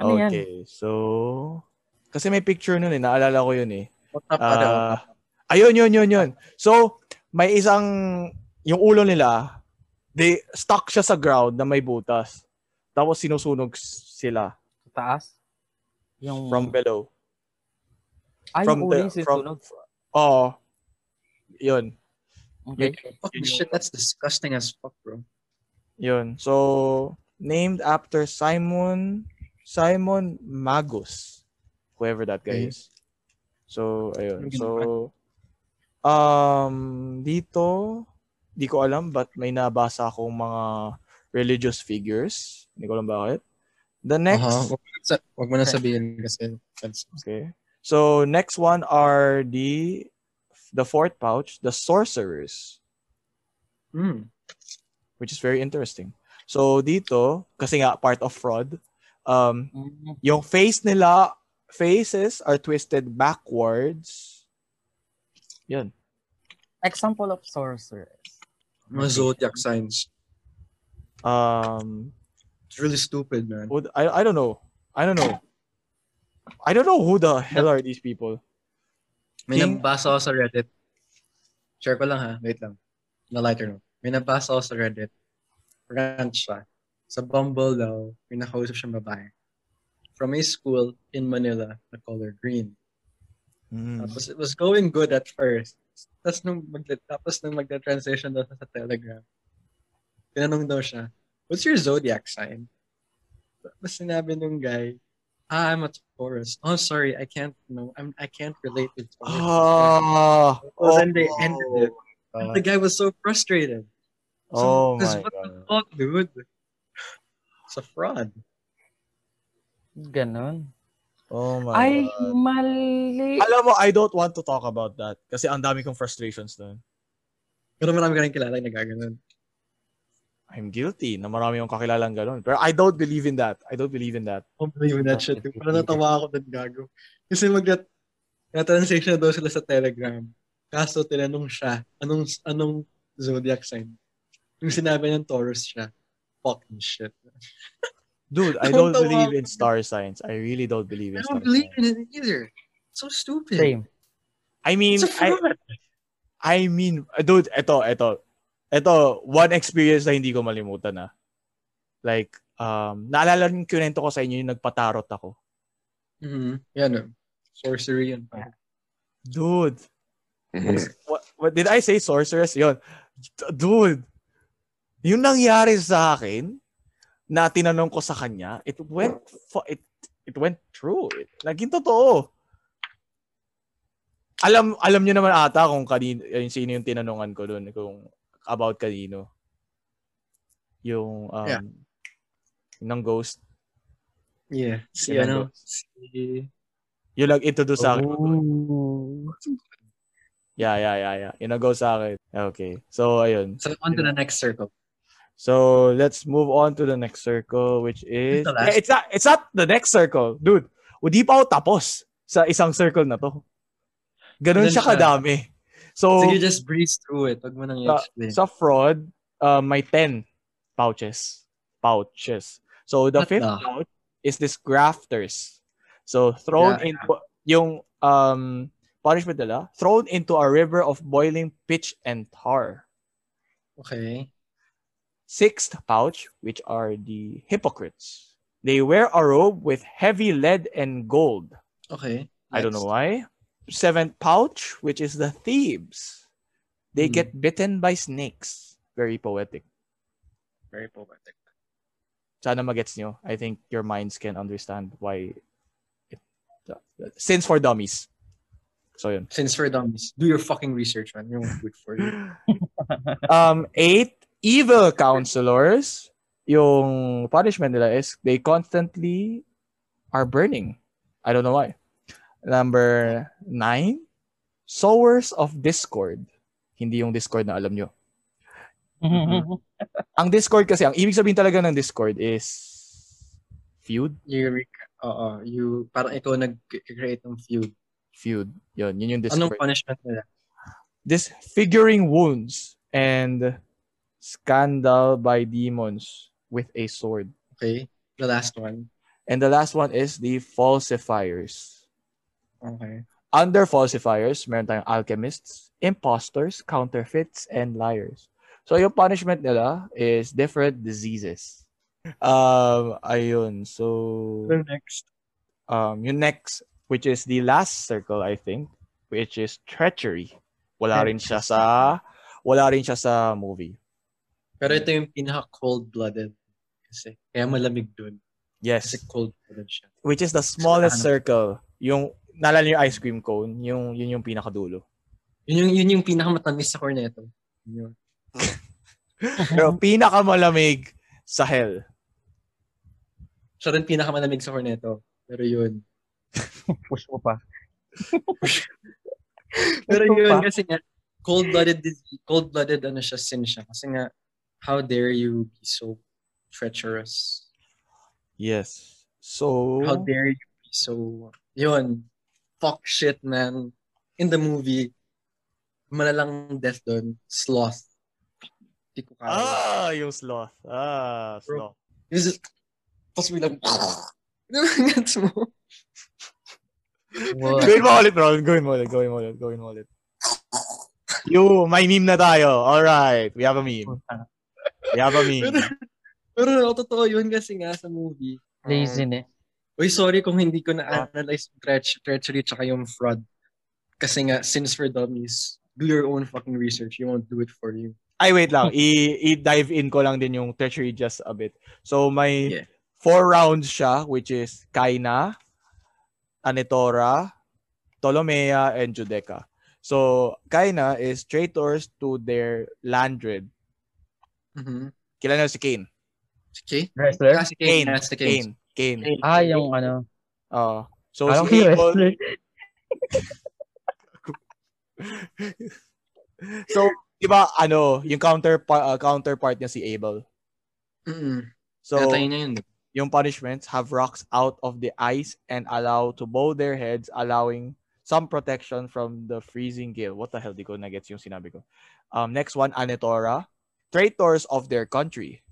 Speaker 3: ano yan?
Speaker 1: okay. So kasi may picture nun eh, naalala ko yun eh.
Speaker 2: What the fuck?
Speaker 1: Ah, ayun, yun, yun, yun. So, may isang, yung ulo nila, they stuck siya sa ground na may butas. Tapos sinusunog s- sila
Speaker 3: Sa Taas? Yung,
Speaker 1: from below.
Speaker 3: ay,
Speaker 1: from
Speaker 3: yung
Speaker 1: the-
Speaker 3: uli yung
Speaker 1: from-
Speaker 3: sinusunog.
Speaker 1: Oo. Yun,
Speaker 2: Holy
Speaker 3: Okay.
Speaker 1: yun yung-
Speaker 2: shit, that's disgusting as fuck, bro.
Speaker 1: yun. So, named after Simon, Simon Magus. Whoever that guy
Speaker 2: Okay.
Speaker 1: is. So, ayun.
Speaker 2: Ano ginawa?
Speaker 1: So, um, dito, di ko alam but may nabasa akong mga religious figures. Hindi ko alam bakit. The next,
Speaker 2: Uh-huh. Wag, mo na sa- wag mo na sabihin kasi that's
Speaker 1: okay. So, next one are the, the fourth pouch, the sorcerers,
Speaker 2: Hmm.
Speaker 1: which is very interesting. So, dito, kasi nga part of fraud, um,
Speaker 3: Mm.
Speaker 1: yung face nila, faces are twisted backwards. Yun.
Speaker 3: Example of sorceress.
Speaker 2: Mga zodiac signs.
Speaker 1: Um,
Speaker 2: It's really stupid, man.
Speaker 1: Who, th- I, I don't know. I don't know. I don't know who the hell are these people.
Speaker 2: May
Speaker 1: King-
Speaker 2: nabasa ako sa Reddit. Share ko lang ha. Wait lang. Na lighter note. May nabasa ako sa Reddit. Rant siya. Sa Bumble daw, may nakausap siyang babae. From a school in Manila na color green.
Speaker 1: Hmm. Mm.
Speaker 2: Tapos it was going good at first. Tapos nung, magla- tapos nung magla-transition daw siya sa Telegram, tinanong daw siya, what's your zodiac sign? Tapos sinabi nung guy, ah, I'm a Taurus. Oh, sorry, I can't, no, I'm, I can't relate with Taurus.
Speaker 1: Ah,
Speaker 2: So
Speaker 1: oh,
Speaker 2: then they ended it.
Speaker 1: God.
Speaker 2: The guy was so frustrated.
Speaker 1: oh
Speaker 2: This
Speaker 1: my
Speaker 2: what the
Speaker 1: god.
Speaker 2: fuck, dude? It's a fraud.
Speaker 3: Ganon.
Speaker 1: Oh my
Speaker 3: Ay,
Speaker 1: god.
Speaker 3: mali.
Speaker 1: Alam mo, I don't want to talk about that kasi ang dami kong frustrations doon.
Speaker 2: Pero marami ka rin kilala na gaganon.
Speaker 1: I'm guilty na marami yung kakilalang ganun. Pero I don't believe in that. I don't believe in that.
Speaker 2: I don't believe in that shit. Dude. Parang natawa ako dun gago. Kasi mag na-transaction na daw sila sa Telegram. Kaso tinanong siya, anong anong zodiac sign? Yung sinabi ng Taurus siya, fucking shit.
Speaker 1: Dude, I
Speaker 2: Don't
Speaker 1: don't
Speaker 2: tawa
Speaker 1: believe
Speaker 2: ako.
Speaker 1: in star signs. I really don't believe in
Speaker 2: I
Speaker 1: star
Speaker 2: don't believe
Speaker 1: signs.
Speaker 2: in it either. So stupid.
Speaker 3: Same.
Speaker 1: I mean,
Speaker 2: It's
Speaker 1: I,
Speaker 2: a fraud.
Speaker 1: I mean, dude, eto, eto. Eto, one experience na hindi ko malimutan na. Like, um, naalala yung kinento ko sa inyo yung nagpatarot ako.
Speaker 2: Mhm. Yan no. Sorcery yun.
Speaker 1: Dude, what, what did I say sorceress? Yon. D- Dude, yung nangyari sa akin na tinanong ko sa kanya, it went fu- it it went true. It, naging totoo. Alam alam niyo naman ata kung kanino yung sino yung tinanungan ko doon kung about kanino. Yung um
Speaker 2: Yeah.
Speaker 1: ng ghost.
Speaker 2: Yeah. Si
Speaker 1: Yan ang
Speaker 2: ano,
Speaker 1: ghost.
Speaker 2: si
Speaker 1: You like introduce sa akin.
Speaker 3: Oh.
Speaker 1: Yeah, yeah, yeah, yeah. Inago sa akin. Okay. So, ayun.
Speaker 2: So on to the next circle.
Speaker 1: So, let's move on to the next circle, which is...
Speaker 2: the last.
Speaker 1: Eh, it's, not, it's not the next circle. Dude, hindi pa ako tapos sa isang circle na to. Ganun
Speaker 2: Ganun
Speaker 1: siya
Speaker 2: siya.
Speaker 1: kadami. So,
Speaker 2: So you just breeze through it. Huwag mo nang i-explain.
Speaker 1: sa fraud, uh, may 10 pouches. Pouches. So, the
Speaker 2: What
Speaker 1: fifth
Speaker 2: the-
Speaker 1: pouch is this grafters. So, thrown
Speaker 2: Yeah,
Speaker 1: into... Yung um, punishment nila, thrown into a river of boiling pitch and tar.
Speaker 2: okay.
Speaker 1: sixth pouch, which are the hypocrites. They wear a robe with heavy lead and gold.
Speaker 2: Okay.
Speaker 1: I don't
Speaker 2: Next.
Speaker 1: know why. Seventh pouch, which is the thieves. They
Speaker 2: Hmm.
Speaker 1: get bitten by snakes. Very poetic.
Speaker 2: Very poetic.
Speaker 1: Sana magets nyo. I think your minds can understand why. It, uh, since for dummies. So yun.
Speaker 2: Since for dummies, do your fucking research, man. You won't do it for you.
Speaker 1: um, eight, evil counselors. Yung punishment nila is they constantly are burning. I don't know why. Number nine, sowers of discord. Hindi yung discord na alam nyo. Ang discord kasi, ang ibig sabihin talaga ng discord is feud.
Speaker 2: You, rec- oo, you, parang ikaw nag-create ng feud.
Speaker 1: Feud. Yun, yun yung discord.
Speaker 2: Anong punishment nila?
Speaker 1: disfiguring wounds and scandal by demons with a sword.
Speaker 2: Okay. The last one.
Speaker 1: And the last one is the falsifiers.
Speaker 2: Okay.
Speaker 1: Under falsifiers, meron tayong alchemists, imposters, counterfeits, and liars. So, yung punishment nila is different diseases. Um, ayun. So,
Speaker 2: next.
Speaker 1: um, yung next, which is the last circle, I think, which is treachery. Wala rin siya sa, wala rin siya sa movie.
Speaker 2: Pero ito yung pinaka-cold-blooded. Kasi, kaya malamig dun.
Speaker 1: Yes.
Speaker 2: Kasi cold-blooded siya.
Speaker 1: Which is the smallest
Speaker 2: Ano?
Speaker 1: circle. Yung, nalala niyo yung ice cream cone, yung, yun yung pinakadulo.
Speaker 2: Yun yung, yun yung pinakamatamis sa corneto. Yun. yun.
Speaker 1: Pero pinakamalamig sa hell.
Speaker 2: Siya rin pinakamalamig sa corneto. Pero yun.
Speaker 3: Push mo pa.
Speaker 2: Pero
Speaker 3: Ito
Speaker 2: yun,
Speaker 3: pa.
Speaker 2: kasi nga, cold-blooded, dis- cold-blooded ano siya, sin siya. Kasi nga, how dare you be so treacherous?
Speaker 1: Yes. So,
Speaker 2: How dare you be so, yun, fuck shit, man. In the movie, malalang death doon, sloth. Hindi ko kaya.
Speaker 1: ah, yung sloth. Ah,
Speaker 2: Bro.
Speaker 1: sloth.
Speaker 2: Yung just, tapos bilang, gets mo?
Speaker 3: Wow.
Speaker 1: Gawin mo ulit, Ron. Gawin mo ulit. Gawin mo ulit. Gawin mo ulit. You, may meme na tayo. Alright. We have a meme. We have a
Speaker 2: Pero,
Speaker 1: meme.
Speaker 2: pero totoo yun kasi nga sa movie. Um,
Speaker 3: Lazy na eh.
Speaker 2: Uy, sorry kung hindi ko na-analyze yung treach- treachery tsaka yung fraud. Kasi nga, since for dummies, do your own fucking research. You won't do it for you.
Speaker 1: Ay, wait lang. I- I-dive in ko lang din yung treachery just a bit. So, may
Speaker 2: Yeah.
Speaker 1: four rounds siya, which is Kaina, Anetora, Ptolomea, and Judeca. So, Kaina is traitors to their landred.
Speaker 2: Mhm.
Speaker 1: Kilala na si Cain.
Speaker 2: Okay?
Speaker 3: Wrestler?
Speaker 2: Kasi Kane,
Speaker 1: Kane.
Speaker 2: kasi Kane.
Speaker 1: Cain. Cain.
Speaker 2: Kane.
Speaker 3: Ah, yung ano.
Speaker 1: Oo. so,
Speaker 3: Parang
Speaker 1: si Abel-
Speaker 3: wrestler.
Speaker 1: so, di ba, ano, yung counter counterpart niya si Abel.
Speaker 2: Mm-mm.
Speaker 1: So,
Speaker 2: Natay na yun. di ba?
Speaker 1: yung punishments have rocks out of the ice and allow to bow their heads, allowing some protection from the freezing gale. What the hell? Di ko na-gets yung sinabi ko. Um, next one, Anetora. Traitors of their country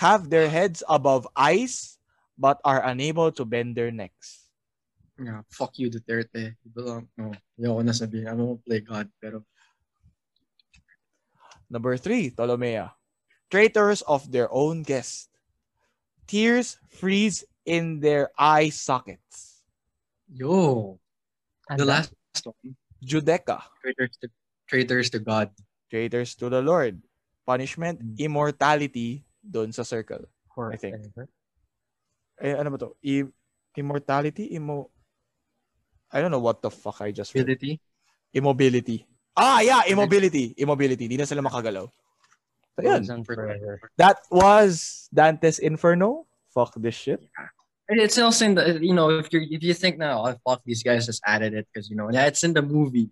Speaker 1: have their heads above ice but are unable to bend their necks.
Speaker 2: Yeah, fuck you, Duterte. You belong. No, ayoko na sabihin. I'm gonna play God. Pero,
Speaker 1: Number three, Ptolomea. Traitors of their own guest. Tears freeze in their eye sockets.
Speaker 2: yo, the
Speaker 3: Ano?
Speaker 2: last one,
Speaker 1: Judeca.
Speaker 2: traitors to, traitors to God.
Speaker 1: Traitors to the Lord. Punishment, immortality doon sa circle. I think. Eh, ano ba to? I- immortality? Immo... I don't know what the fuck I just read.
Speaker 2: Ability?
Speaker 1: Immobility. Ah, yeah! Immobility. Immobility. Hindi na sila makagalaw. So, yun.
Speaker 3: Frozen forever.
Speaker 1: That was Dante's Inferno. Fuck this shit.
Speaker 2: And It's also in the you know if you if you think now oh fuck these guys just added it because you know yeah it's in the movie.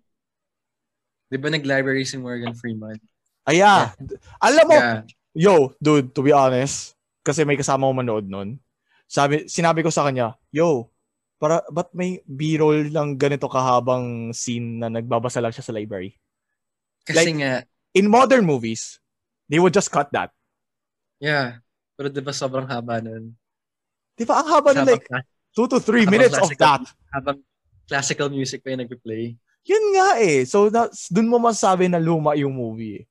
Speaker 2: Di ba nag-library si Morgan Freeman?
Speaker 1: Ay, Ah, yeah. Alam mo,
Speaker 2: Yeah.
Speaker 1: yo, dude, to be honest, kasi may kasama ko manood nun, sabi, sinabi ko sa kanya, yo, para, ba't may B-roll ng ganito kahabang scene na nagbabasa lang siya sa library?
Speaker 2: Kasi
Speaker 1: Like-
Speaker 2: nga,
Speaker 1: In modern movies, they would just cut that.
Speaker 2: yeah. Pero di ba sobrang haba nun?
Speaker 1: Di ba? Ang haba nun,
Speaker 2: Habang
Speaker 1: like, two to three
Speaker 2: habang
Speaker 1: minutes of that.
Speaker 2: classical- habang classical music pa yung nag-play.
Speaker 1: Yun nga eh. So, na, dun mo masabi na luma yung movie eh.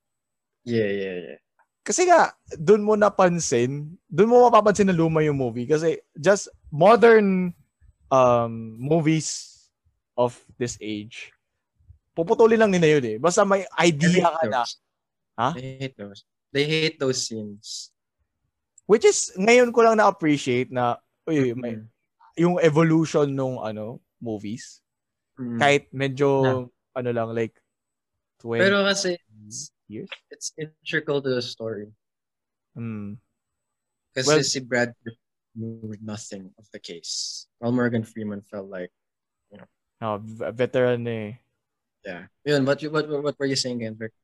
Speaker 2: Yeah, yeah, yeah.
Speaker 1: Kasi nga, dun mo napansin, dun mo mapapansin na luma yung movie. Kasi just modern um, movies of this age, puputulin lang nila yun eh. Basta may
Speaker 2: They
Speaker 1: idea
Speaker 2: hate
Speaker 1: ka na.
Speaker 2: those.
Speaker 1: Ha?
Speaker 2: They hate those. They hate those scenes.
Speaker 1: Which is, ngayon ko lang na-appreciate na uy, may,
Speaker 2: Mm.
Speaker 1: yung evolution nung ano movies.
Speaker 2: Mm.
Speaker 1: Kahit medyo, ano lang, like, 20
Speaker 2: Pero kasi
Speaker 1: years?
Speaker 2: it's integral to the story.
Speaker 1: Hmm.
Speaker 2: Kasi
Speaker 1: Well-
Speaker 2: si Brad Pitt knew nothing of the case. While Morgan Freeman felt like,
Speaker 1: Oh, v- veteran eh.
Speaker 2: yeah. Yun, what, you- what, what were you saying, Kendrick?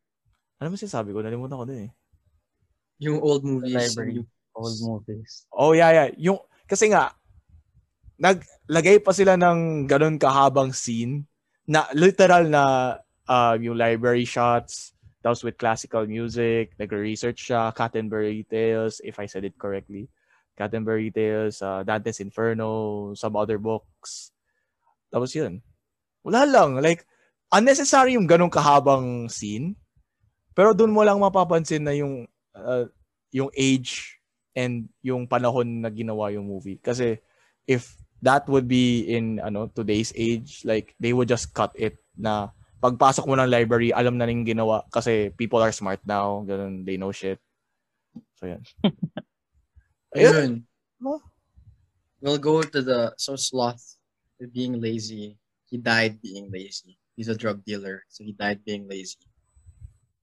Speaker 1: Ano ba sinasabi ko? Nalimutan ko din eh.
Speaker 2: Yung old movies.
Speaker 3: library.
Speaker 2: yung-
Speaker 3: Old movies.
Speaker 1: Oh, yeah, yeah. Yung, kasi nga, naglagay pa sila ng ganun kahabang scene na literal na um, yung library shots, tapos with classical music, nag-research siya, Cattenbury Tales, if I said it correctly. Cattenbury Tales, uh, Dante's Inferno, some other books. Tapos yun. Wala lang. Like, unnecessary yung ganun kahabang scene. Pero dun mo lang mapapansin na yung uh, yung age and yung panahon na ginawa yung movie. Kasi if that would be in ano today's age, like they would just cut it na pagpasok mo ng library, alam na rin ginawa kasi people are smart now, ganun, they know shit. So yan. Ayun.
Speaker 2: Ayun.
Speaker 1: Mo?
Speaker 2: We'll go to the, so sloth, being lazy. He died being lazy. He's a drug dealer, so he died being lazy.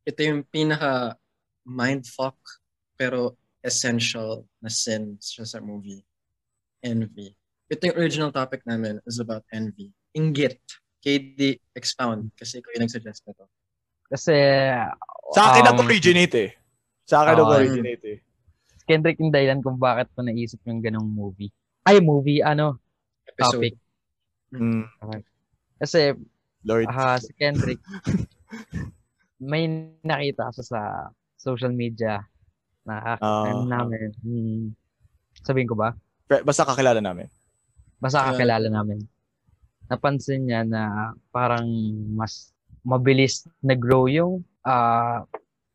Speaker 2: Ito yung pinaka mindfuck pero essential na sin siya sa movie. Envy. Ito yung original topic namin is about envy. Inggit. KD, expound. Kasi ikaw yung nagsuggest na to.
Speaker 3: Kasi,
Speaker 1: Sa akin
Speaker 3: um,
Speaker 1: nag-originate eh. Sa akin
Speaker 3: Ah,
Speaker 1: nag-originate eh.
Speaker 3: Kendrick yung dahilan kung bakit ko naisip yung ganong movie. Ay, movie, ano, topic. Hmm.
Speaker 1: Mm,
Speaker 3: Kasi,
Speaker 1: Lord.
Speaker 3: ah, si Kendrick, may nakita kasi sa social media
Speaker 1: Ah.
Speaker 3: na ano namin, hmm, sabihin ko ba?
Speaker 1: Pre- Basta kakilala namin.
Speaker 3: Basta
Speaker 2: Yeah.
Speaker 3: kakilala namin. Napansin niya na parang mas mabilis nag-grow yung ah,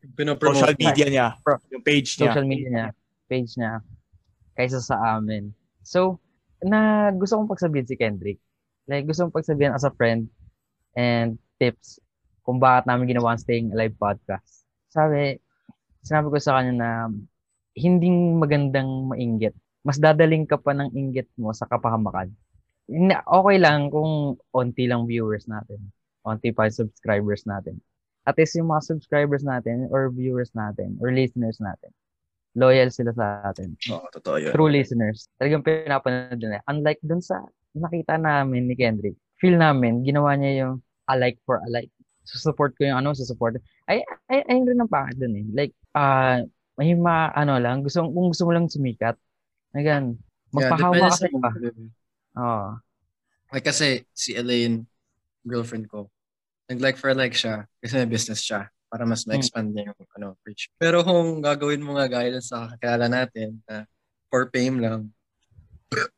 Speaker 2: Pinopromote.
Speaker 1: Social media niya.
Speaker 3: Pro-
Speaker 1: Yung page niya.
Speaker 3: social media niya, page niya, kaysa sa amin. So, na gusto kong pagsabihin si Kendrick. Like, gusto kong pagsabihin as a friend and tips kung bakit namin ginawa ang Staying Alive podcast. Sabi, sinabi ko sa kanya na hindi magandang mainggit. Mas dadaling ka pa ng inggit mo sa kapahamakan. Na- Okay lang kung onti lang viewers natin. Onti pa yung subscribers natin. At least yung mga subscribers natin or viewers natin or listeners natin, loyal sila sa atin.
Speaker 2: Oo, totoo yun.
Speaker 3: True listeners. Talagang pinapanood nila. Unlike dun sa nakita namin ni Kendrick, feel namin, ginawa niya yung alike for alike. Susupport ko yung ano, susupport. Ay, ay, ayun rin ang pangit dun eh. Like, ah, may mga ano lang, gusto, kung gusto mo lang sumikat, na ganun, magpahawa ka sa iba. Oo.
Speaker 2: Like kasi si Elaine, girlfriend ko, nag-like for like siya kasi may business siya para mas ma-expand niya yung ano, reach. Pero kung gagawin mo nga guidance sa kakilala natin na for fame lang,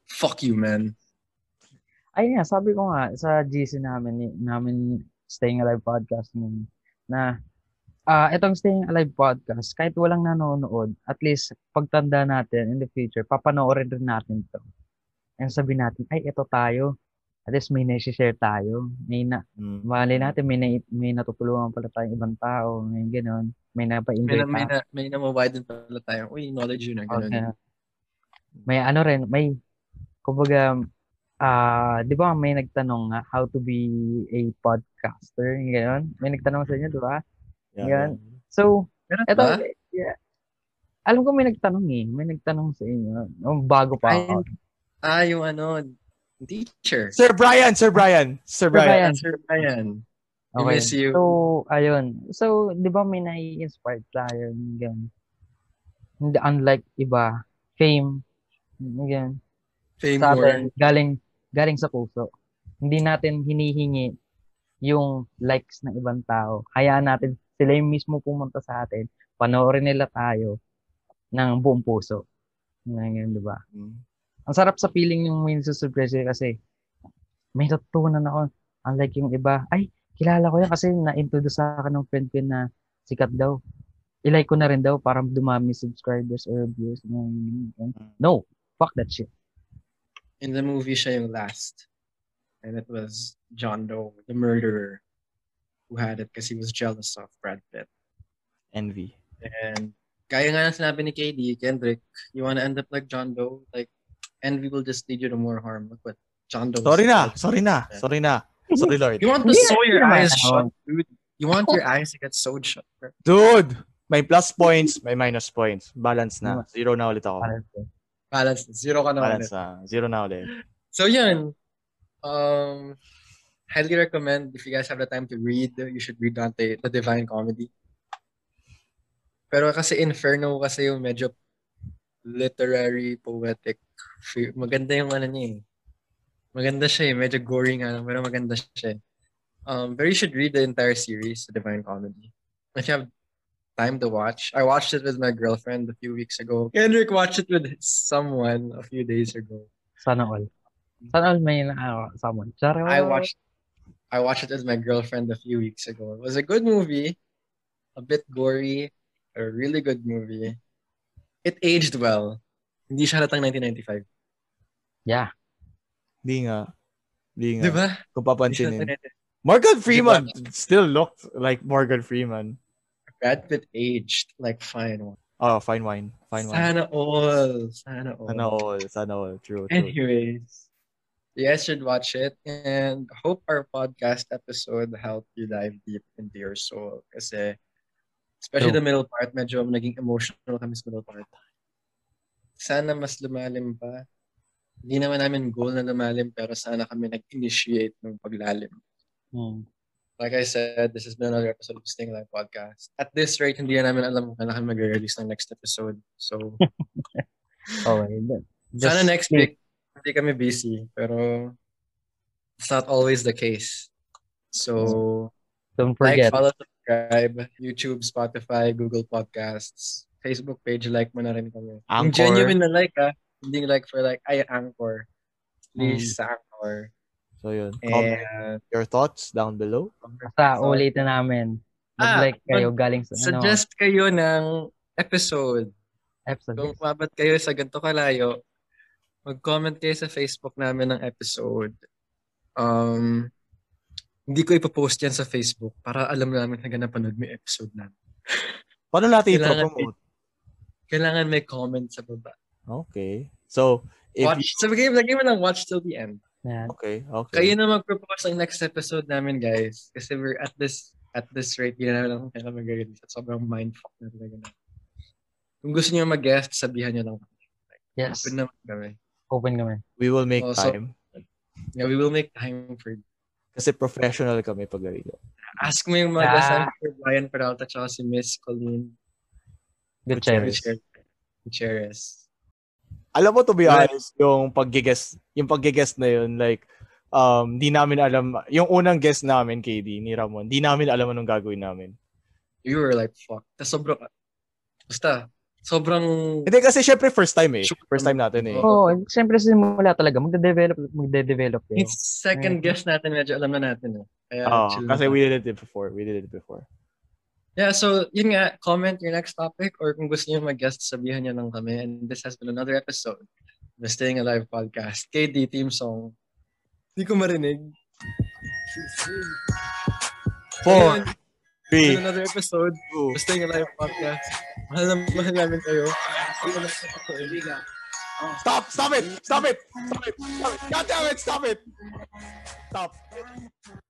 Speaker 2: fuck you, man.
Speaker 3: ayun nga, sabi ko nga sa GC namin, ni- namin Staying Alive podcast nun, na ah itong Staying Alive podcast, kahit walang nanonood, at least pagtanda natin in the future, papanoorin rin natin to. And sabi natin, ay, ito tayo. At least may nai-share tayo. May na,
Speaker 1: Mm.
Speaker 3: mali natin, may, na, may natutulungan pala tayong ibang tao. May ganun. May
Speaker 2: May
Speaker 3: napa-enjoy
Speaker 2: na, may
Speaker 3: tayo.
Speaker 2: na, may na ma-widen pala tayo. Uy, knowledge yun. ah, Ganun.
Speaker 3: Okay. May ano rin, may, kumbaga, ah di ba may nagtanong nga, how to be a podcaster, yung ganun? May nagtanong sa inyo, di ba?
Speaker 1: Yeah,
Speaker 3: Yan.
Speaker 1: yeah.
Speaker 3: So,
Speaker 2: Meron
Speaker 3: eto,
Speaker 2: ba?
Speaker 3: yeah. alam ko may nagtanong eh, may nagtanong sa inyo, nung bago pa
Speaker 2: Ay,
Speaker 3: ako.
Speaker 2: Ah, yung ano, teacher.
Speaker 1: Sir Brian, Sir Brian, Sir Brian.
Speaker 3: Brian.
Speaker 2: Sir Brian. We miss you.
Speaker 3: So, ayun. So, di ba may nai-inspire tayo ng ganun. Hindi, unlike iba, fame, ganun,
Speaker 2: Fame
Speaker 3: sa
Speaker 2: more.
Speaker 3: atin, galing, galing sa puso. Hindi natin hinihingi yung likes ng ibang tao. Hayaan natin, sila yung mismo pumunta sa atin, panoorin nila tayo ng buong puso. Ganyan, di ba? ang sarap sa feeling yung may nasusurprise sa'yo kasi may natutunan ako. Unlike yung iba, ay, kilala ko yan kasi na-introduce sa akin ng friend ko na sikat daw. I-like ko na rin daw para dumami subscribers or views. No, fuck that shit.
Speaker 2: In the movie siya yung last. And it was John Doe, the murderer, who had it because he was jealous of Brad Pitt.
Speaker 1: Envy.
Speaker 2: And kaya nga ng sinabi ni KD, Kendrick, you wanna end up like John Doe? Like, envy will just lead you to more harm. Look what John Doe
Speaker 1: Sorry
Speaker 2: was
Speaker 1: na,
Speaker 2: like.
Speaker 1: sorry na, sorry na. Sorry, Lord.
Speaker 2: You want to
Speaker 3: Hindi
Speaker 2: sew
Speaker 3: natin
Speaker 2: your
Speaker 3: naman
Speaker 2: eyes
Speaker 3: ako.
Speaker 2: shut, dude. You want your eyes to get sewed shut. bro.
Speaker 1: Dude, may plus points, may minus points. Balance na. Zero na ulit ako.
Speaker 3: Parang,
Speaker 2: Balance. Zero ka na
Speaker 1: Balance
Speaker 2: ulit.
Speaker 1: na. Zero na ulit.
Speaker 2: So yun. Um, highly recommend if you guys have the time to read, you should read Dante, The Divine Comedy. Pero kasi Inferno kasi yung medyo literary, poetic. fe- Maganda yung ano niya eh. Maganda siya eh. Medyo gory nga lang, pero maganda siya eh. Um, but you should read the entire series, The Divine Comedy. If you have time to watch. I watched it with my girlfriend a few weeks ago. Kendrick watched it with someone a few days ago.
Speaker 3: Sana all. Sana all may na ano, someone. Charot.
Speaker 2: I watched I watched it with my girlfriend a few weeks ago. It was a good movie, a bit gory, a really good movie. It aged well. Hindi siya halatang 1995.
Speaker 3: Yeah.
Speaker 1: Di nga. Di
Speaker 2: Di
Speaker 1: nga.
Speaker 2: ba?
Speaker 1: Kung
Speaker 2: Hindi siya
Speaker 1: papansinin.
Speaker 2: halatang
Speaker 1: Morgan Freeman still looked like Morgan Freeman.
Speaker 2: 1995. Brad Pitt aged like fine wine.
Speaker 1: Oh, fine wine. Fine wine.
Speaker 2: Sana all. Sana all.
Speaker 1: Sana all. Sana all. True, true.
Speaker 2: Anyways, you guys should watch it and hope our podcast episode helped you dive deep into your soul. Kasi, especially
Speaker 1: True.
Speaker 2: the middle part, medyo naging emotional kami sa middle part. Sana mas lumalim pa. Hindi naman namin goal na lumalim, pero sana kami nag-initiate ng paglalim.
Speaker 3: Hmm.
Speaker 2: Like I said, this has been another episode of Sting Live Podcast. At this rate, hindi na namin alam kung kailan kami mag-release ng next episode. So,
Speaker 3: Okay. Oh, Just,
Speaker 2: Sana next week, hindi kami busy. Pero, it's not always the case. So,
Speaker 3: Don't
Speaker 2: like,
Speaker 3: forget.
Speaker 2: follow, subscribe, YouTube, Spotify, Google Podcasts, Facebook page, like mo na rin kami. Yung
Speaker 1: Anchor.
Speaker 2: genuine na like, ah. Hindi yung like for like, ay, Anchor. Please,
Speaker 3: Hmm.
Speaker 2: sa Anchor.
Speaker 1: So, yun.
Speaker 2: Eh.
Speaker 1: Comment
Speaker 2: And,
Speaker 1: your thoughts down below.
Speaker 3: Basta ulit na namin.
Speaker 2: Ah,
Speaker 3: Mag-like kayo galing sa ano,
Speaker 2: suggest kayo ng episode.
Speaker 3: episode.
Speaker 2: Kung umabot kayo sa ganito kalayo, mag-comment kayo sa Facebook namin ng episode. Um, hindi ko ipopost yan sa Facebook para alam namin na ganapanood may episode namin.
Speaker 1: Paano natin
Speaker 2: Kailangan-
Speaker 1: i-promote?
Speaker 2: Kailangan may comment sa baba.
Speaker 1: Okay. So, if
Speaker 2: Watch, sabi kayo, lagay mo ng watch till the end.
Speaker 3: Yan.
Speaker 1: Okay, okay.
Speaker 2: Kayo na mag-propose ng next episode namin, guys. Kasi we're at this at this rate, hindi na namin alam kung kailan mag-release. At Sobrang mindfuck na talaga na. Kung gusto niyo mag-guest, sabihan niyo lang.
Speaker 3: Yes.
Speaker 2: Open naman kami.
Speaker 3: Open kami.
Speaker 1: We will make
Speaker 2: Oh, so-
Speaker 1: time.
Speaker 2: Yeah, we will make time for
Speaker 1: Kasi professional kami pag ganito.
Speaker 2: Ask mo yung mga
Speaker 3: Ah.
Speaker 2: kasama ko, Brian Peralta, tsaka si Miss Colleen
Speaker 3: Good
Speaker 1: Gutierrez.
Speaker 3: cherries.
Speaker 2: Gutierrez.
Speaker 1: Alam mo, to be
Speaker 2: Right.
Speaker 1: honest, yung pag-guess, yung pag-guess na yun, like, um, di namin alam, yung unang guess namin, KD, ni Ramon, di namin alam anong gagawin namin.
Speaker 2: You were like, fuck. Tapos sobrang, basta, sobrang,
Speaker 1: Hindi kasi syempre first time eh.
Speaker 2: Sure.
Speaker 1: First time natin eh.
Speaker 2: Oh.
Speaker 3: Oo, oh, siyempre sa simula talaga, magde-develop, magde-develop kayo.
Speaker 2: yung second guess natin, medyo alam na natin. Eh. Kaya,
Speaker 1: Oo,
Speaker 2: chill
Speaker 1: kasi
Speaker 2: na.
Speaker 1: we did it before. We did it before.
Speaker 2: Yeah, so, yun nga, comment your next topic or kung gusto niyo mag-guest, sabihan niyo lang kami. And this has been another episode of the Staying Alive Podcast. KD, team song. Hindi ko marinig.
Speaker 1: Four,
Speaker 2: Ayun, this is
Speaker 1: three,
Speaker 2: another episode.
Speaker 1: two,
Speaker 2: Gusto nyo live podcast. Mahal na mahal namin kayo.
Speaker 1: Stop! Stop it! Stop it! Stop it! Stop it! God damn it! Stop it! Stop.